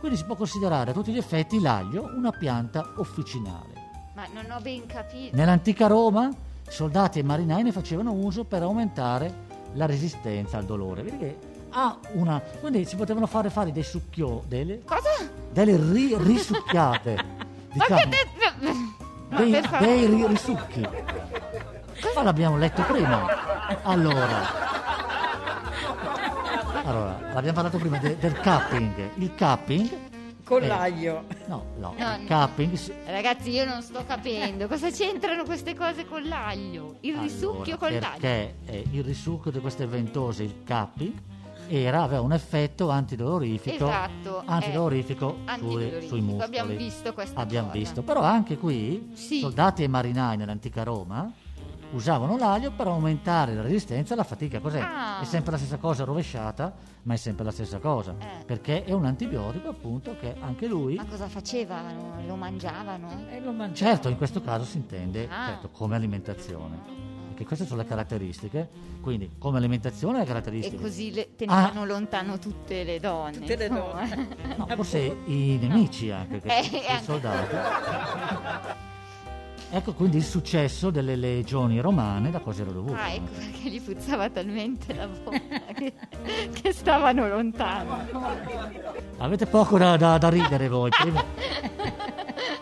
Speaker 1: Quindi si può considerare a tutti gli effetti l'aglio una pianta officinale.
Speaker 2: Ma non ho ben capito.
Speaker 1: Nell'antica Roma soldati e marinai ne facevano uso per aumentare la resistenza al dolore. Vedi che ha una... Quindi si potevano fare fare dei succhio... delle,
Speaker 2: Cosa?
Speaker 1: delle ri- risucchiate.
Speaker 2: Ma
Speaker 1: diciamo.
Speaker 2: che te... Ma
Speaker 1: dei,
Speaker 2: per favore.
Speaker 1: dei ri- risucchi. Ma l'abbiamo letto prima. Allora. Allora, abbiamo parlato prima de- del cupping. Il cupping
Speaker 3: Con
Speaker 1: Eh.
Speaker 3: l'aglio.
Speaker 1: No, no,
Speaker 2: No,
Speaker 1: il
Speaker 2: no.
Speaker 1: cupping si-
Speaker 2: Ragazzi, io non sto capendo cosa c'entrano queste cose con l'aglio. Il risucchio
Speaker 1: Allora,
Speaker 2: con l'aglio.
Speaker 1: perché eh, il risucchio di queste ventose, il cupping, era, aveva un effetto antidolorifico,
Speaker 2: Esatto, eh,
Speaker 1: antidolorifico sulle-
Speaker 2: antidolorifico,
Speaker 1: sui muscoli.
Speaker 2: abbiamo visto questa
Speaker 1: Abbiamo
Speaker 2: cosa.
Speaker 1: visto. Però anche qui,
Speaker 2: Sì.
Speaker 1: soldati e marinai nell'antica Roma usavano l'aglio per aumentare la resistenza alla fatica. Cos'è?
Speaker 2: Ah.
Speaker 1: È sempre la stessa cosa rovesciata, ma è sempre la stessa cosa.
Speaker 2: Eh.
Speaker 1: Perché è un antibiotico appunto che anche lui...
Speaker 2: Ma cosa facevano? Lo mangiavano?
Speaker 3: E lo mangiamo.
Speaker 1: Certo, in questo caso si intende
Speaker 2: Ah.
Speaker 1: certo, come alimentazione, perché queste sono le caratteristiche, quindi come alimentazione le
Speaker 2: E
Speaker 1: caratteristiche.
Speaker 2: così
Speaker 1: Ah.
Speaker 2: le tenevano lontano tutte le donne.
Speaker 3: Tutte le
Speaker 2: insomma.
Speaker 3: donne.
Speaker 1: Eh, No, forse i nemici anche, che
Speaker 2: boh, Eh,
Speaker 1: sono i
Speaker 2: anche.
Speaker 1: soldati. ecco quindi il successo delle legioni romane da cosa era dovuto. no?
Speaker 2: Ah, ecco perché gli puzzava talmente la bocca che, che stavano lontano.
Speaker 1: Avete poco da, da- da ridere voi. prima-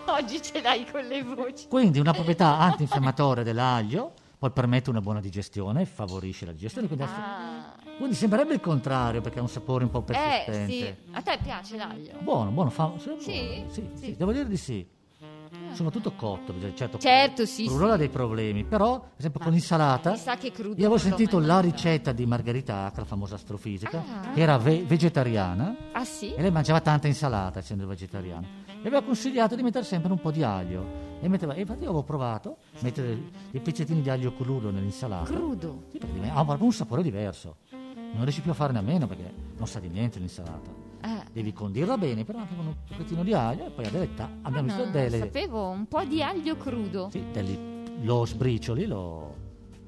Speaker 2: Oggi ce l'hai con le voci.
Speaker 1: Quindi una proprietà antinfiammatoria dell'aglio poi permette una buona digestione, favorisce la digestione, quindi,
Speaker 2: Ah.
Speaker 1: quindi sembrerebbe il contrario perché ha un sapore un po'
Speaker 2: Eh,
Speaker 1: persistente.
Speaker 2: sì. A te piace l'aglio?
Speaker 1: Buono, buono, fa... sì,
Speaker 2: Sì?
Speaker 1: buono, sì,
Speaker 2: Sì.
Speaker 1: sì, devo dire di sì. Soprattutto cotto, bisogna- certo.
Speaker 2: Certo, sì,
Speaker 1: Brunola ha
Speaker 2: sì.
Speaker 1: dei problemi, però, ad esempio,
Speaker 2: Ma
Speaker 1: con l'insalata.
Speaker 2: mi sa che crudo
Speaker 1: Io avevo
Speaker 2: non l'ho
Speaker 1: sentito
Speaker 2: mai
Speaker 1: la
Speaker 2: mangiato.
Speaker 1: ricetta di Margherita Acra, la famosa astrofisica,
Speaker 2: Ah.
Speaker 1: che era ve- vegetariana
Speaker 2: Ah sì?
Speaker 1: e lei mangiava tanta insalata, essendo vegetariana. Le aveva consigliato di mettere sempre un po' di aglio. E metteva, e infatti io avevo provato a mettere dei pezzettini di aglio crudo nell'insalata.
Speaker 2: Crudo.
Speaker 1: Sì, perché diven- ha proprio un sapore diverso. Non riesci più a farne a meno perché non sa di niente l'insalata
Speaker 2: Eh.
Speaker 1: devi condirla bene, però anche con un pochettino di aglio e poi a detta abbiamo
Speaker 2: Ah, No,
Speaker 1: visto
Speaker 2: non
Speaker 1: delle,
Speaker 2: sapevo un po' di aglio crudo
Speaker 1: sì, degli- lo sbricioli, lo,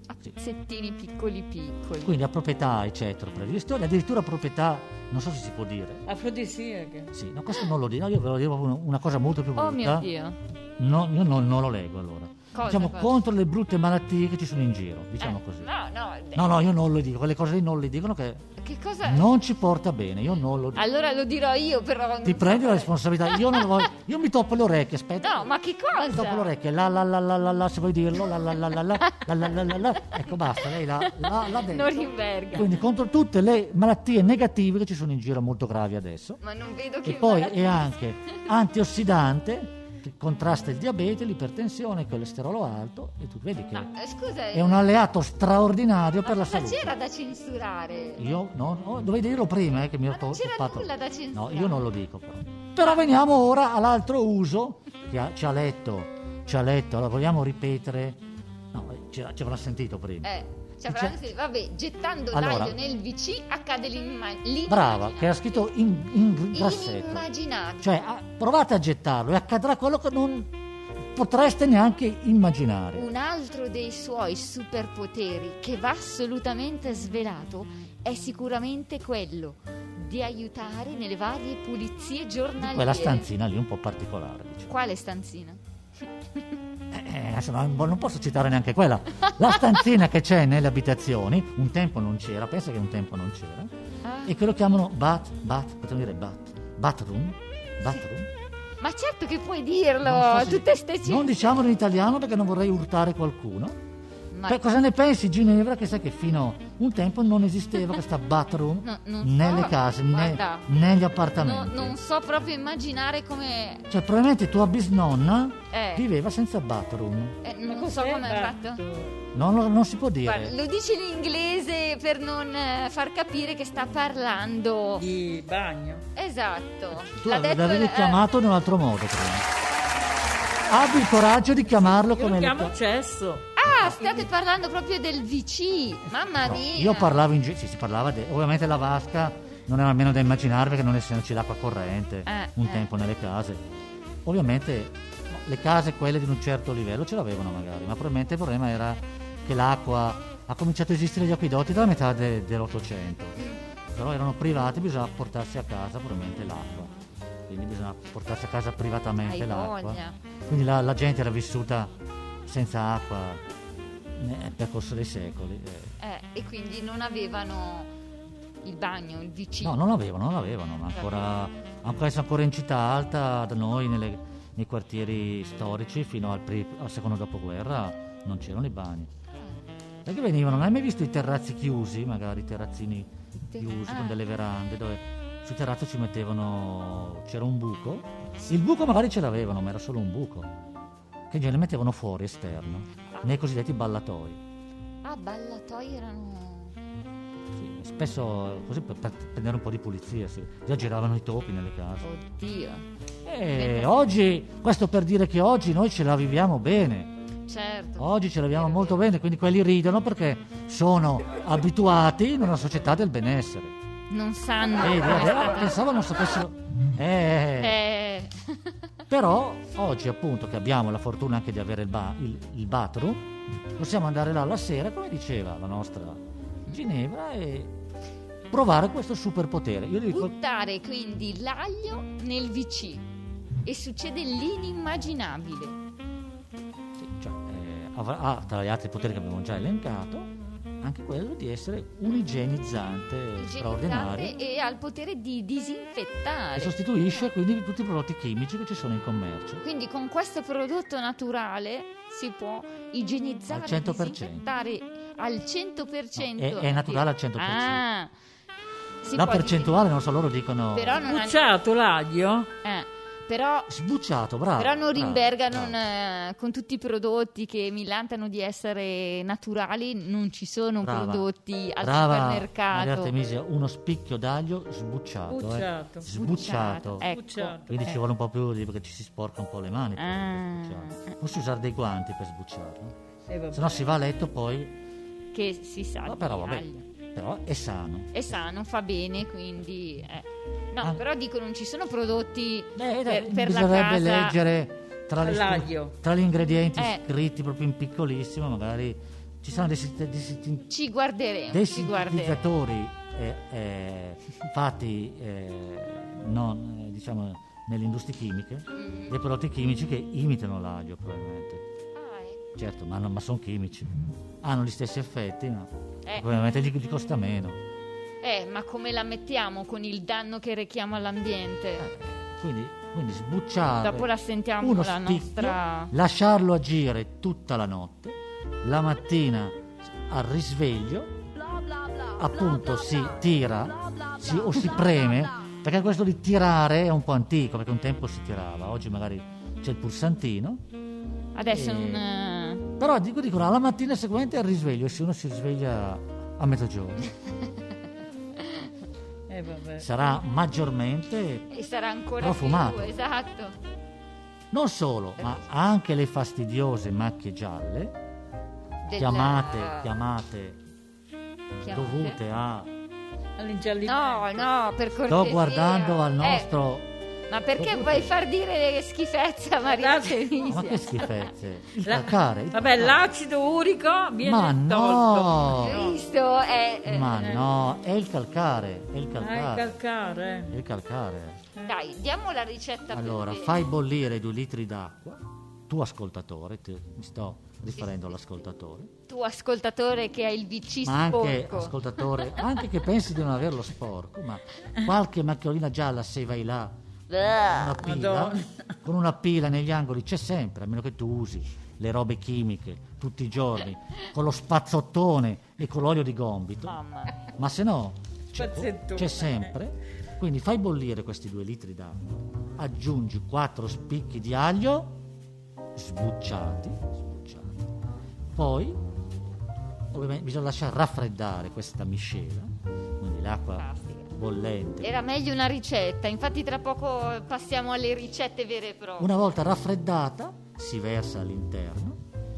Speaker 2: a
Speaker 1: sì.
Speaker 2: pezzettini piccoli piccoli.
Speaker 1: quindi ha proprietà eccetera, predigestori, addirittura proprietà, non so se si può dire.
Speaker 3: Afrodisiache.
Speaker 1: Sì, no, questo non lo dico, io ve lo dico una, una cosa molto più brutta.
Speaker 2: Oh mio Dio.
Speaker 1: No, io non, non lo leggo allora.
Speaker 2: Cosa,
Speaker 1: diciamo
Speaker 2: cosa?
Speaker 1: contro le brutte malattie che ci sono in giro, diciamo
Speaker 2: Eh,
Speaker 1: così.
Speaker 2: No, no, beh,
Speaker 1: No, no, io non lo dico, quelle cose lì non le dicono che
Speaker 2: Che cosa?
Speaker 1: non ci porta bene, io non lo dico.
Speaker 2: Allora lo dirò io però. non
Speaker 1: Ti
Speaker 2: so
Speaker 1: prendi la
Speaker 2: come-
Speaker 1: responsabilità, io non lo voglio, io mi toppo le orecchie, aspetta.
Speaker 2: No, ma che cosa?
Speaker 1: dopo le orecchie la la la la la la se vuoi dirlo la la la la la la la la la la ecco basta lei la la la detto
Speaker 2: Norimberga.
Speaker 1: quindi contro tutte le malattie negative che ci sono in giro molto gravi adesso
Speaker 2: Ma non vedo che
Speaker 1: e poi è
Speaker 2: malattia-
Speaker 1: anche antiossidante che contrasta il diabete l'ipertensione il colesterolo alto e tu vedi che
Speaker 2: Ma eh, scusa,
Speaker 1: è un alleato straordinario per la
Speaker 2: ma c'era
Speaker 1: salute
Speaker 2: da censurare.
Speaker 1: io no, no, dovevi dirlo prima eh, che mi
Speaker 2: Ma
Speaker 1: ho
Speaker 2: non
Speaker 1: to-
Speaker 2: c'era
Speaker 1: toppato
Speaker 2: nulla da
Speaker 1: No,
Speaker 2: censurare.
Speaker 1: io non lo dico però. Però veniamo ora all'altro uso che ha- ci ha letto, ci ha letto, la vogliamo ripetere? No, eh, ci, ci avrà sentito prima.
Speaker 2: Eh, ci avrà
Speaker 1: Cioè-
Speaker 2: anche- vabbè, gettando
Speaker 1: Allora.
Speaker 2: l'aglio nel VC accade l'imma- l'immaginabile.
Speaker 1: Brava, che ha scritto in, in grassetto.
Speaker 2: Inimmaginabile.
Speaker 1: Cioè, ah, provate a gettarlo e accadrà quello che non potreste neanche immaginare.
Speaker 2: Un altro dei suoi superpoteri che va assolutamente svelato è sicuramente quello di aiutare nelle varie pulizie giornaliere.
Speaker 1: Quella stanzina lì un po' particolare, diciamo.
Speaker 2: Quale stanzina?
Speaker 1: Eh, adesso non, non posso citare neanche quella. La stanzina che c'è nelle abitazioni, un tempo non c'era, pensa che un tempo non c'era,
Speaker 2: Ah.
Speaker 1: e che lo chiamano bat, bat, potremmo dire bat, bathroom, bathroom.
Speaker 2: Ma certo che puoi dirlo,
Speaker 1: Non so se-
Speaker 2: tutte ste cifre.
Speaker 1: Non diciamolo in italiano perché non vorrei urtare qualcuno.
Speaker 2: Ma
Speaker 1: Beh, cosa ne pensi Ginevra che sai che fino a un tempo non esisteva questa bathroom
Speaker 2: No, non so,
Speaker 1: nelle case, né-
Speaker 2: guarda.
Speaker 1: negli
Speaker 2: no-
Speaker 1: appartamenti.
Speaker 2: non so proprio immaginare come...
Speaker 1: Cioè probabilmente tua bisnonna
Speaker 2: Eh.
Speaker 1: viveva senza bathroom.
Speaker 2: eh, non so come hai fatto.
Speaker 1: Non, lo- non si può dire.
Speaker 2: Guarda, lo dice in inglese per non eh, far capire che sta parlando.
Speaker 3: Di bagno.
Speaker 2: Esatto.
Speaker 1: tu
Speaker 2: L'ha detto-
Speaker 1: l'avevi
Speaker 2: eh,
Speaker 1: chiamato in un altro modo prima. Abbi il coraggio di chiamarlo
Speaker 3: Io
Speaker 1: come
Speaker 3: lo
Speaker 1: lo
Speaker 3: chiamo
Speaker 1: chiam-
Speaker 3: cesso.
Speaker 2: Ah, state parlando proprio del VC. Mamma
Speaker 1: No,
Speaker 2: mia.
Speaker 1: io parlavo in giro, sì, si parlava de- ovviamente la vasca non era nemmeno da immaginare perché non essendoci l'acqua corrente
Speaker 2: Eh,
Speaker 1: un
Speaker 2: eh.
Speaker 1: tempo nelle case. Ovviamente no, le case quelle di un certo livello ce l'avevano magari, ma probabilmente il problema era che l'acqua ha cominciato a esistere gli acquedotti dalla metà de- dell'Ottocento. Però erano privati, bisognava portarsi a casa probabilmente l'acqua. Quindi bisognava portarsi a casa privatamente
Speaker 2: Hai
Speaker 1: l'acqua.
Speaker 2: voglia.
Speaker 1: Quindi la, la gente era vissuta senza acqua eh, per corso dei secoli. eh.
Speaker 2: Eh, e quindi non avevano il bagno, il VC.
Speaker 1: No, non l'avevano, non l'avevano, ma ancora, ancora, adesso ancora in città alta da noi, nelle- nei quartieri storici, fino al, pri- al secondo dopoguerra, non c'erano i bagni. Perché venivano, non hai mai visto i terrazzi chiusi, magari i terrazzini
Speaker 2: Te-
Speaker 1: chiusi
Speaker 2: ah.
Speaker 1: con delle verande dove sul terrazzo ci mettevano, c'era un buco, il buco magari ce l'avevano, ma era solo un buco, che in genere mettevano fuori esterno, nei cosiddetti ballatoi.
Speaker 2: Ah, ballatoi erano...
Speaker 1: Sì, Spesso così per, per prendere un po' di pulizia, sì. già giravano i topi nelle case.
Speaker 2: Oddio,
Speaker 1: E oggi, questo per dire che oggi noi ce la viviamo bene.
Speaker 2: certo.
Speaker 1: Oggi ce l'abbiamo molto bene, quindi quelli ridono perché sono abituati in una società del benessere.
Speaker 2: Non sanno...
Speaker 1: Vedi,
Speaker 2: come è
Speaker 1: eh,
Speaker 2: stata-
Speaker 1: pensavo non sapessero. Eh,
Speaker 2: Eh,
Speaker 1: Però oggi, appunto, che abbiamo la fortuna anche di avere il, ba- il, il bathroom, possiamo andare là la sera, come diceva la nostra Ginevra, e provare questo superpotere. Io dico,
Speaker 2: buttare quindi l'aglio nel VC e succede l'inimmaginabile.
Speaker 1: sì, cioè, eh, avrà- ha tra gli altri poteri che abbiamo già elencato anche quello di essere un igienizzante, straordinario.
Speaker 2: Igienizzante e ha il potere di
Speaker 1: e
Speaker 2: disinfettare.
Speaker 1: sostituisce quindi tutti i prodotti chimici che ci sono in commercio.
Speaker 2: Quindi con questo prodotto naturale si può igienizzare,
Speaker 1: Al 100%.
Speaker 2: disinfettare al 100%.
Speaker 1: No, è- è naturale al 100%.
Speaker 2: Ah, si
Speaker 1: La
Speaker 2: può
Speaker 1: percentuale, non so, loro dicono
Speaker 2: disin- Però non, ha-
Speaker 3: Bucciato l'aglio?
Speaker 2: eh, però,
Speaker 1: sbucciato, Ah, bravo.
Speaker 2: però Norimberga
Speaker 1: bravo,
Speaker 2: non, eh, con tutti i prodotti che mi vantano di essere naturali non ci sono
Speaker 1: brava.
Speaker 2: prodotti al
Speaker 1: Brava, Maria
Speaker 2: supermercato.
Speaker 1: Artemisia, uno spicchio d'aglio sbucciato. eh.
Speaker 3: Bucciato.
Speaker 1: Sbucciato.
Speaker 2: Ecco.
Speaker 3: Bucciato.
Speaker 1: Quindi
Speaker 2: Eh.
Speaker 1: ci vuole un po' più di perché ci si sporca un po' le mani. per-
Speaker 2: Ah.
Speaker 1: per sbucciarlo. Posso usare dei guanti per sbucciarlo?
Speaker 3: Eh, vabbè.
Speaker 1: Se no si va a letto poi.
Speaker 2: che si sa
Speaker 1: No,
Speaker 2: di
Speaker 1: però vabbè.
Speaker 2: aglio.
Speaker 1: Però è sano.
Speaker 2: e sa, non fa bene, quindi... eh. No,
Speaker 1: Ah.
Speaker 2: però dico, non ci sono prodotti
Speaker 1: Beh,
Speaker 2: per, per la
Speaker 1: bisognerebbe
Speaker 2: casa...
Speaker 1: leggere tra, le scru-
Speaker 3: L'aglio.
Speaker 1: tra gli ingredienti
Speaker 2: Eh.
Speaker 1: scritti proprio in piccolissimo, magari ci sono dei, sit- dei sit-
Speaker 2: Ci guarderemo,
Speaker 1: dei
Speaker 2: ci guarderemo.
Speaker 1: sintetizzatori eh, eh, fatti eh, non, eh, diciamo, nelle industrie chimiche,
Speaker 2: Mm.
Speaker 1: dei prodotti chimici che imitano l'aglio probabilmente.
Speaker 2: Ah, ecco.
Speaker 1: Certo, ma, non- ma sono chimici. Hanno gli stessi effetti, ma
Speaker 2: Eh.
Speaker 1: probabilmente gli, gli costa meno.
Speaker 2: Eh, ma come la mettiamo con il danno che rechiamo all'ambiente?
Speaker 1: Eh, quindi, quindi sbucciare
Speaker 2: Dopo la sentiamo
Speaker 1: uno
Speaker 2: la
Speaker 1: spicchio,
Speaker 2: nostra-
Speaker 1: lasciarlo agire tutta la notte, la mattina al risveglio appunto si tira si- o si preme perché questo di tirare è un po' antico perché un tempo si tirava oggi magari c'è il pulsantino
Speaker 2: Adesso
Speaker 1: eh.
Speaker 2: non... eh,
Speaker 1: però dico, dicono alla mattina seguente al risveglio se uno si sveglia a mezzogiorno
Speaker 3: Eh, vabbè.
Speaker 1: sarà maggiormente
Speaker 2: eh, E sarà ancora
Speaker 1: Profumato.
Speaker 2: più, esatto.
Speaker 1: non solo ma anche le fastidiose macchie gialle
Speaker 2: Della-
Speaker 1: chiamate chiamate
Speaker 2: chiamate.
Speaker 1: dovute a
Speaker 3: All'ingiallimento.
Speaker 2: No, no, per cortesia.
Speaker 1: sto guardando al
Speaker 2: Eh,
Speaker 1: nostro
Speaker 2: ma perché
Speaker 1: Dovute.
Speaker 2: vuoi far dire schifezza a Maria
Speaker 3: Grazie.
Speaker 2: Teresa?
Speaker 1: ma che schifezze il
Speaker 3: La-
Speaker 1: calcare il
Speaker 3: Vabbè,
Speaker 1: calcare.
Speaker 3: l'acido urico viene
Speaker 1: Ma
Speaker 3: tolto. Ah,
Speaker 1: no!
Speaker 2: Hai visto? Eh, eh,
Speaker 1: Ma no, è il calcare, è il
Speaker 3: Ah, il
Speaker 1: calcare.
Speaker 3: calcare.
Speaker 1: È il calcare.
Speaker 2: Dai, diamo la ricetta
Speaker 1: Allora,
Speaker 2: per
Speaker 1: fai bollire due litri d'acqua, tu ascoltatore, ti- mi sto riferendo all'ascoltatore,
Speaker 2: tu ascoltatore che hai il VC
Speaker 1: ma anche
Speaker 2: sporco.
Speaker 1: ascoltatore, anche che pensi di non averlo sporco, ma qualche macchiolina gialla se vai là
Speaker 2: Blah.
Speaker 1: una pila,
Speaker 3: Madonna.
Speaker 1: con una pila negli angoli c'è sempre, a meno che tu usi le robe chimiche tutti i giorni, con lo spazzottone e con l'olio di gombito.
Speaker 2: Mamma mia.
Speaker 1: ma se no c'è,
Speaker 3: Pazzettone.
Speaker 1: c'è sempre quindi fai bollire questi due litri d'acqua aggiungi 4 spicchi di aglio sbucciati, sbucciati. poi ovviamente bisogna lasciare raffreddare questa miscela quindi l'acqua
Speaker 2: Fantastica.
Speaker 1: bollente
Speaker 2: Era meglio una ricetta, infatti tra poco passiamo alle ricette vere e proprie.
Speaker 1: una volta raffreddata si versa all'interno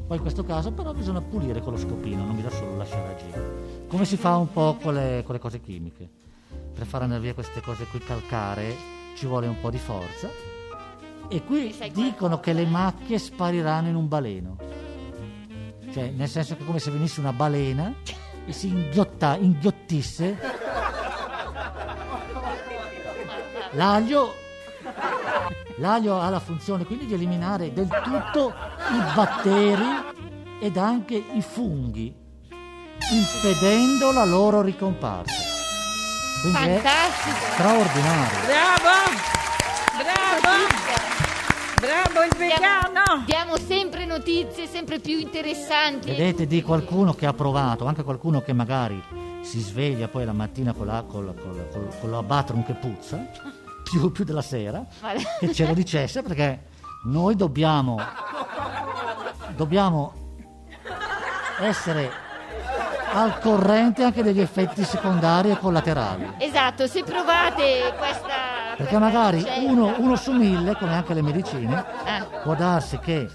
Speaker 1: poi in questo caso però bisogna pulire con lo scopino non bisogna solo lasciare agire come si fa un po' con le, con le cose chimiche per far andare via queste cose qui calcare ci vuole un po' di forza e qui
Speaker 2: Mi sai
Speaker 1: dicono
Speaker 2: qualcosa,
Speaker 1: che le
Speaker 2: eh?
Speaker 1: macchie spariranno in un baleno cioè nel senso che è come se venisse una balena e si inghiotta- inghiottisse l'aglio l'aglio ha la funzione quindi di eliminare del tutto i batteri ed anche i funghi impedendo la loro ricomparsa quindi è
Speaker 2: Fantastico!
Speaker 1: straordinario
Speaker 3: Bravo! Bravo! Bravo il vegano!
Speaker 2: Diamo sempre notizie sempre più interessanti. e
Speaker 1: Vedete di
Speaker 2: utili.
Speaker 1: qualcuno che ha provato, anche qualcuno che magari si sveglia poi la mattina con, la, col- col- col- con la Batron che puzza, più, più della sera,
Speaker 2: Ma-
Speaker 1: che ce lo dicesse perché noi dobbiamo, dobbiamo essere al corrente anche degli effetti secondari e collaterali.
Speaker 2: Esatto, se provate questa...
Speaker 1: Perché
Speaker 2: questa
Speaker 1: magari
Speaker 2: ricetta-
Speaker 1: uno, uno su mille, come anche le medicine,
Speaker 2: Eh,
Speaker 1: può darsi che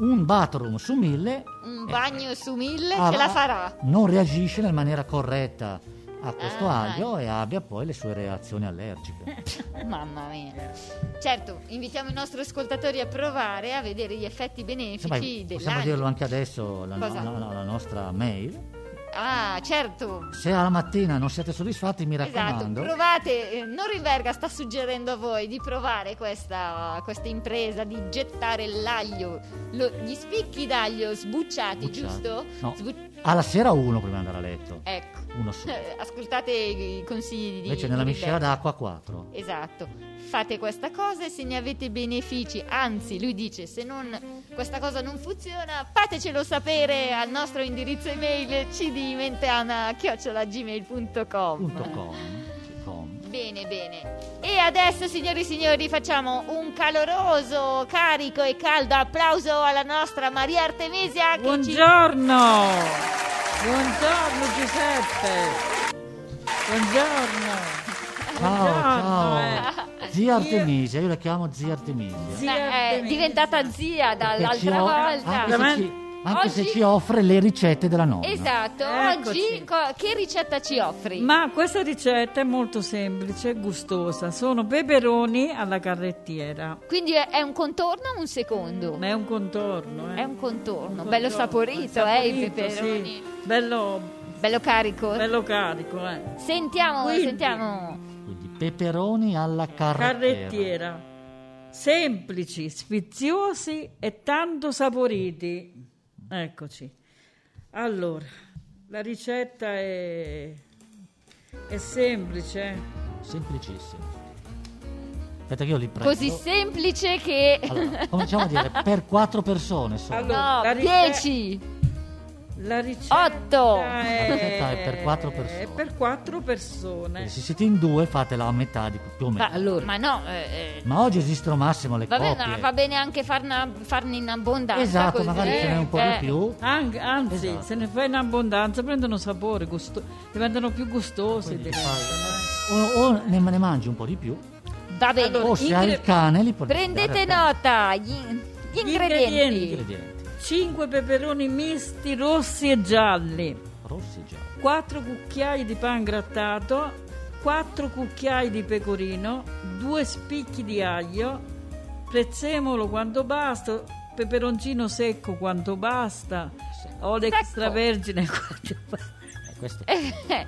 Speaker 1: un Batron su mille
Speaker 2: un bagno su mille
Speaker 1: Ah,
Speaker 2: ce la
Speaker 1: ma-
Speaker 2: farà.
Speaker 1: non reagisce nella maniera corretta a questo
Speaker 2: Ah.
Speaker 1: aglio e abbia poi le sue reazioni allergiche.
Speaker 2: Mamma mia. Certo, invitiamo i nostri ascoltatori a provare a vedere gli effetti
Speaker 1: Insomma,
Speaker 2: benefici
Speaker 1: possiamo dirlo
Speaker 2: dell'aglio.
Speaker 1: anche adesso, la,
Speaker 2: Cosa?
Speaker 1: la- la- la nostra mail.
Speaker 2: Ah, certo.
Speaker 1: Se alla mattina non siete soddisfatti, mi
Speaker 2: Esatto,
Speaker 1: raccomando,
Speaker 2: provate, eh, Norimberga sta suggerendo a voi di provare questa, questa impresa di gettare l'aglio, lo- gli spicchi d'aglio sbucciati,
Speaker 1: Sbucciati.
Speaker 2: giusto?
Speaker 1: No.
Speaker 2: Sbu-
Speaker 1: alla sera uno prima di andare a letto,
Speaker 2: ecco,
Speaker 1: uno solo.
Speaker 2: Eh, ascoltate i consigli di
Speaker 1: Invece nella
Speaker 2: di
Speaker 1: miscela
Speaker 2: Roberto.
Speaker 1: d'acqua 4.
Speaker 2: Esatto, fate questa cosa e se ne avete benefici, anzi lui dice se non, questa cosa non funziona fatecelo sapere al nostro indirizzo email cdmentana.gmail.com Bene, bene. E adesso signori e signori facciamo un caloroso, carico e caldo applauso alla nostra Maria Artemisia che ci
Speaker 3: Buongiorno! Buongiorno Giuseppe! Buongiorno!
Speaker 1: Ciao,
Speaker 2: Eh,
Speaker 3: Buongiorno,
Speaker 1: ciao.
Speaker 3: eh.
Speaker 1: Zia Artemisia, io la chiamo Zia Artemisia.
Speaker 3: Zia
Speaker 2: Ma Eh, è
Speaker 3: Artemisia.
Speaker 2: diventata zia
Speaker 1: Perché ci
Speaker 2: dall'altra
Speaker 1: o-
Speaker 2: volta.
Speaker 1: Anche, se
Speaker 3: Veramente?
Speaker 1: ci, anche se
Speaker 2: Oggi-
Speaker 1: ci offre le ricette della nonna.
Speaker 2: Esatto,
Speaker 3: Eccoci.
Speaker 2: oggi co- che ricetta ci offri?
Speaker 3: Ma questa ricetta è molto semplice e gustosa. Sono peperoni alla carrettiera.
Speaker 2: Quindi è è un contorno o un secondo?
Speaker 1: Mm.
Speaker 3: Ma è un contorno, eh.
Speaker 2: È un contorno,
Speaker 3: Un
Speaker 2: bello
Speaker 3: contorno,
Speaker 2: saporito, eh, i
Speaker 3: saporito, sì.
Speaker 2: peperoni.
Speaker 3: Bello,
Speaker 2: Bello carico.
Speaker 3: bello carico, eh.
Speaker 2: Sentiamo,
Speaker 3: Quindi-
Speaker 2: sentiamo.
Speaker 1: Quindi peperoni alla carrettiera.
Speaker 3: Carrettiera. Semplici, sfiziosi e tanto saporiti. Eccoci. Allora, la ricetta è, è semplice. eh.
Speaker 1: Semplicissimo. Aspetta che io li prendo.
Speaker 2: Così semplice che...
Speaker 1: Allora, cominciamo a dire per quattro persone solo.
Speaker 3: Allora,
Speaker 2: No,
Speaker 3: la ricetta-
Speaker 2: 10.
Speaker 3: La ricetta
Speaker 2: Otto.
Speaker 3: È,
Speaker 1: La ricetta è per quattro persone.
Speaker 3: È per quattro
Speaker 1: Quindi
Speaker 3: persone.
Speaker 1: Se siete in due fatela a metà di più o meno.
Speaker 2: Ma,
Speaker 1: Ma,
Speaker 3: allora.
Speaker 2: ma no, eh, eh,
Speaker 1: oggi esistono massimo le
Speaker 2: va, bene,
Speaker 1: coppie.
Speaker 2: va bene anche farna, farne in abbondanza.
Speaker 1: esatto,
Speaker 2: così.
Speaker 1: magari ce n'è un po'
Speaker 2: Eh,
Speaker 1: di più.
Speaker 3: An- anzi,
Speaker 1: Esatto.
Speaker 3: se ne fai in abbondanza prendono sapore, gusto- diventano più gustosi.
Speaker 1: Quindi O,
Speaker 3: diventano,
Speaker 1: o ne, ne mangi un po' di più.
Speaker 2: Eh, Va bene.
Speaker 3: Allora,
Speaker 1: O se hai il
Speaker 3: ingre-
Speaker 1: cane li puoi
Speaker 2: Prendete
Speaker 1: dare al
Speaker 2: nota. Gli, gli
Speaker 3: Gli
Speaker 2: ingredienti.
Speaker 3: ingredienti.
Speaker 1: cane. Ingredienti.
Speaker 3: 5 peperoni misti rossi e gialli.
Speaker 1: Rossi già.
Speaker 3: 4 cucchiai di pan grattato, 4 cucchiai di pecorino, 2 spicchi di aglio, prezzemolo quanto basta, peperoncino secco quanto basta, olio
Speaker 2: Secco.
Speaker 3: extravergine quanto basta.
Speaker 1: Eh, questo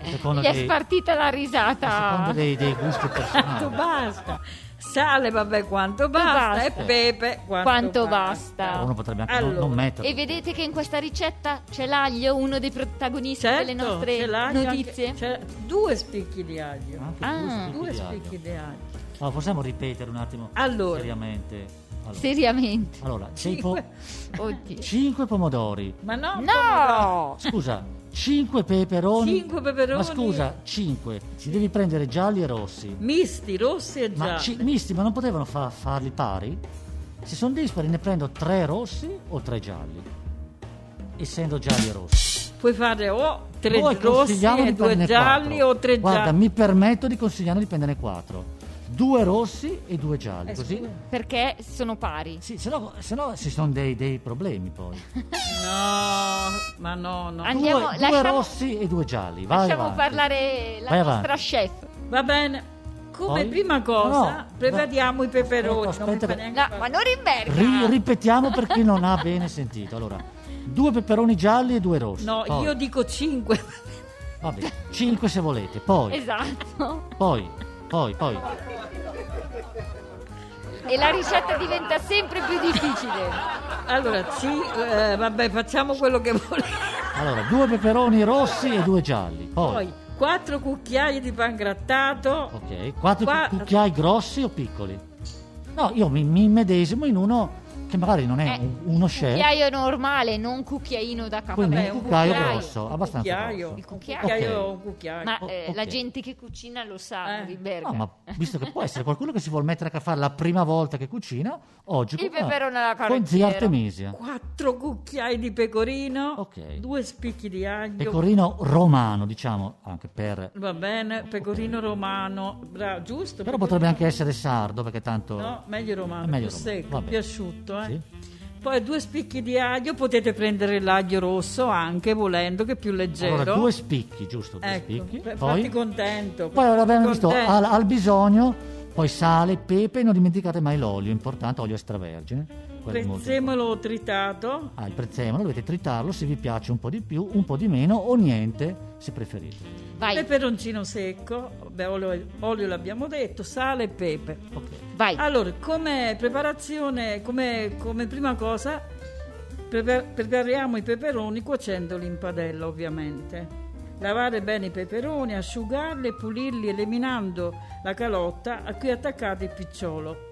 Speaker 1: Secondo
Speaker 2: Gli è
Speaker 1: dei-
Speaker 2: spartita la
Speaker 1: secondo
Speaker 2: risata.
Speaker 1: dei, dei gusti
Speaker 3: Quanto
Speaker 2: Ah.
Speaker 1: personali.
Speaker 3: basta. Sale, vabbè, quanto basta.
Speaker 2: basta.
Speaker 3: E pepe, quanto,
Speaker 2: Quanto basta.
Speaker 1: Uno potrebbe anche non-
Speaker 3: Allora,
Speaker 1: non metterlo.
Speaker 2: E vedete che in questa ricetta c'è l'aglio, uno dei protagonisti
Speaker 3: Certo,
Speaker 2: delle
Speaker 3: ce
Speaker 2: nostre
Speaker 3: l'aglio anche-
Speaker 2: notizie.
Speaker 3: c'è due spicchi di aglio.
Speaker 1: Anche
Speaker 2: Ah.
Speaker 3: Due
Speaker 1: due
Speaker 3: spicchi
Speaker 1: spicchi di
Speaker 3: di aglio.
Speaker 1: aglio. Allora, possiamo ripetere un attimo
Speaker 3: Allora.
Speaker 1: seriamente. Allora,
Speaker 2: Seriamente.
Speaker 1: allora, dei po-
Speaker 3: Cinque-
Speaker 2: Oddio.
Speaker 1: 5 pomodori.
Speaker 3: Ma no, pomodoro.
Speaker 2: No!
Speaker 1: Scusa, 5 peperoni.
Speaker 3: Cinque peperoni.
Speaker 1: Ma scusa, 5. Ci devi prendere gialli e rossi.
Speaker 3: Misti, rossi e
Speaker 1: Ma
Speaker 3: gialli.
Speaker 1: ci- misti, ma non potevano fa- farli pari? Se sono dispari ne prendo 3 rossi o 3 gialli. Essendo gialli e rossi.
Speaker 3: Puoi fare o tre
Speaker 1: Noi
Speaker 3: rossi
Speaker 1: consigliamo
Speaker 3: e
Speaker 1: di
Speaker 3: due
Speaker 1: prenderne
Speaker 3: gialli
Speaker 1: quattro.
Speaker 3: o tre
Speaker 1: Guarda,
Speaker 3: gialli.
Speaker 1: mi permetto di consigliare di prenderne 4. Due rossi e due gialli,
Speaker 3: Eh,
Speaker 1: così?
Speaker 3: scusa.
Speaker 2: Perché sono pari.
Speaker 1: Sì, se no, se no ci sono dei, dei problemi poi.
Speaker 3: No, ma no, no.
Speaker 2: An- Andiamo,
Speaker 1: due, due
Speaker 2: lasciamo-
Speaker 1: rossi e due gialli. Vai
Speaker 2: Lasciamo
Speaker 1: avanti.
Speaker 2: parlare la
Speaker 1: Vai avanti.
Speaker 2: nostra chef.
Speaker 3: Va bene. Come
Speaker 1: Poi?
Speaker 3: prima cosa,
Speaker 1: No, no.
Speaker 3: prepariamo i peperoni.
Speaker 1: Aspetta,
Speaker 3: non mi
Speaker 1: aspetta.
Speaker 3: fa neanche
Speaker 2: No,
Speaker 3: fare-
Speaker 2: ma non inverga.
Speaker 1: Ri- ripetiamo per chi non ha bene sentito. Allora, due peperoni gialli e due rossi.
Speaker 3: No,
Speaker 1: Poi-
Speaker 3: io dico cinque.
Speaker 1: Vabbè, cinque se volete. Poi,
Speaker 2: Esatto.
Speaker 1: poi, poi, poi.
Speaker 2: E la ricetta diventa sempre più difficile.
Speaker 3: Allora, sì, eh, vabbè, facciamo quello che volete.
Speaker 1: Allora, due peperoni rossi e due gialli. Poi,
Speaker 3: Poi, quattro cucchiai di pan grattato.
Speaker 1: ok, quattro
Speaker 3: Qua-
Speaker 1: cucchiai grossi o piccoli? No, io mi, mi medesimo in uno che magari non è
Speaker 2: Eh,
Speaker 1: un- uno chef,
Speaker 2: cucchiaio normale, non cucchiaino da caffè.
Speaker 1: quindi
Speaker 3: Vabbè,
Speaker 1: un
Speaker 3: un
Speaker 1: cucchiaio
Speaker 2: cucchiaio.
Speaker 1: grosso, abbastanza
Speaker 3: cucchiaio,
Speaker 1: grosso.
Speaker 2: Il
Speaker 3: un
Speaker 2: cucchiaio.
Speaker 3: cucchiaio, un cucchiaio.
Speaker 2: Ma
Speaker 1: Oh,
Speaker 2: eh, la
Speaker 1: ok.
Speaker 2: gente che cucina lo sa,
Speaker 3: Eh.
Speaker 2: Norimberga.
Speaker 1: No, ma visto che può essere qualcuno che si vuole mettere a fare la prima volta che cucina, oggi
Speaker 2: Il
Speaker 1: cucina
Speaker 2: peperone alla
Speaker 1: con zia
Speaker 2: carottiera.
Speaker 1: Artemisia.
Speaker 3: Quattro cucchiai di pecorino,
Speaker 1: Ok.
Speaker 3: due spicchi di aglio,
Speaker 1: Pecorino romano, diciamo, anche per...
Speaker 3: va bene, pecorino romano, bravo,
Speaker 1: Però
Speaker 3: giusto? pecorino-
Speaker 1: potrebbe anche essere sardo, perché tanto...
Speaker 3: Certo, No, meglio romano,
Speaker 1: È meglio
Speaker 3: più
Speaker 1: romano,
Speaker 3: secco,
Speaker 1: va bene.
Speaker 3: più asciutto, eh.
Speaker 1: Sì.
Speaker 3: Poi due spicchi di aglio, potete prendere l'aglio rosso anche volendo, che è più leggero.
Speaker 1: Allora, due spicchi, giusto? Due
Speaker 3: ecco,
Speaker 1: spicchi.
Speaker 3: per farti
Speaker 1: Poi,
Speaker 3: contento.
Speaker 1: poi abbiamo visto
Speaker 3: Contento.
Speaker 1: al, al bisogno, poi sale, pepe, non dimenticate mai l'olio, importante, olio extravergine. quello è molto
Speaker 3: Prezzemolo tritato,
Speaker 1: importante. Ah, il prezzemolo, dovete tritarlo se vi piace un po' di più, un po' di meno o niente, se preferite.
Speaker 2: Vai,
Speaker 3: peperoncino secco, vabbè, olio, olio l'abbiamo detto, sale e pepe.
Speaker 1: Ok.
Speaker 2: vai.
Speaker 3: Allora, come preparazione, come, come prima cosa, prepa- prepariamo i peperoni cuocendoli in padella, ovviamente. Lavare bene i peperoni, asciugarli e pulirli eliminando la calotta a cui attaccate il picciolo.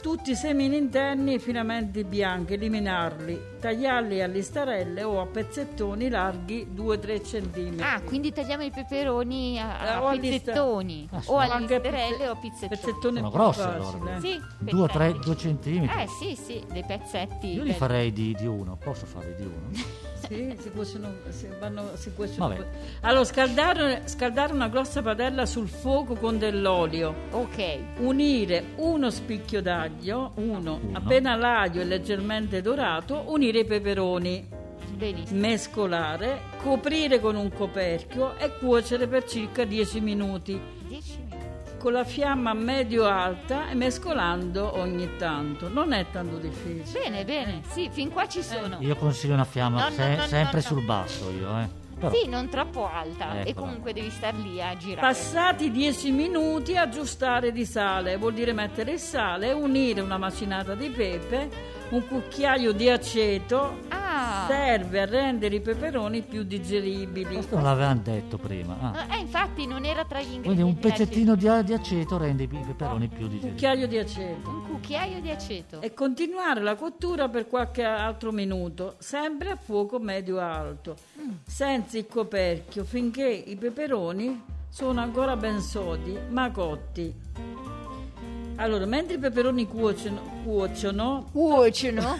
Speaker 3: Tutti i semini interni e i filamenti bianchi, eliminarli, tagliarli a listarelle o a pezzettoni larghi 2-3 cm.
Speaker 2: Ah, quindi tagliamo i peperoni a,
Speaker 3: Eh,
Speaker 2: a
Speaker 3: o a
Speaker 2: pizzettoni
Speaker 1: lista-
Speaker 2: o alle
Speaker 3: Anche a
Speaker 2: listarelle o a
Speaker 3: pezze-
Speaker 2: pizzettoni.
Speaker 3: pezzettone
Speaker 1: Sono
Speaker 3: più
Speaker 1: grossi,
Speaker 3: facile,
Speaker 1: allora.
Speaker 3: eh.
Speaker 2: Sì,
Speaker 1: Due o tre,
Speaker 2: pezzetti.
Speaker 1: due centimetri.
Speaker 2: Eh sì, sì, dei pezzetti.
Speaker 1: Io li
Speaker 2: belli.
Speaker 1: farei di, di uno, posso fare di uno?
Speaker 3: Sì, si cuociono, si vanno, si cuociono-
Speaker 1: Vabbè.
Speaker 3: Allora, scaldare, scaldare una grossa padella sul fuoco con dell'olio.
Speaker 2: Ok.
Speaker 3: Unire uno spicchio d'aglio, uno,
Speaker 1: Uno.
Speaker 3: appena l'aglio è leggermente dorato, unire i peperoni,
Speaker 2: Benissimo.
Speaker 3: mescolare, coprire con un coperchio e cuocere per circa 10 minuti
Speaker 1: Mm.
Speaker 2: 10 minuti.
Speaker 3: con la fiamma medio-alta e mescolando ogni tanto. Non è tanto difficile.
Speaker 2: Bene, bene. Sì, fin qua ci sono.
Speaker 1: Io consiglio una fiamma
Speaker 2: No, no,
Speaker 1: se-
Speaker 2: no, no,
Speaker 1: sempre
Speaker 2: no.
Speaker 1: sul basso io, eh. Però,
Speaker 2: Sì, non troppo alta. E
Speaker 1: Eccola.
Speaker 2: comunque devi star lì a girare.
Speaker 3: Passati 10 minuti aggiustare di sale, vuol dire mettere il sale, unire una macinata di pepe, un cucchiaio di aceto,
Speaker 2: Ah.
Speaker 3: serve a rendere i peperoni più digeribili.
Speaker 1: questo non l'avevamo detto prima. ah.
Speaker 2: Eh, infatti non era tra gli ingredienti.
Speaker 1: Quindi un
Speaker 2: della
Speaker 1: pezzettino di, di aceto rende i peperoni più
Speaker 3: Un
Speaker 1: digeribili.
Speaker 3: cucchiaio di
Speaker 2: cena.
Speaker 3: aceto
Speaker 2: Un cucchiaio di aceto.
Speaker 3: e continuare la cottura per qualche altro minuto, sempre a fuoco medio-alto, senza il coperchio, finché i peperoni sono ancora ben sodi ma cotti. Allora, mentre i peperoni cuociono- cuociono
Speaker 2: Cuociono.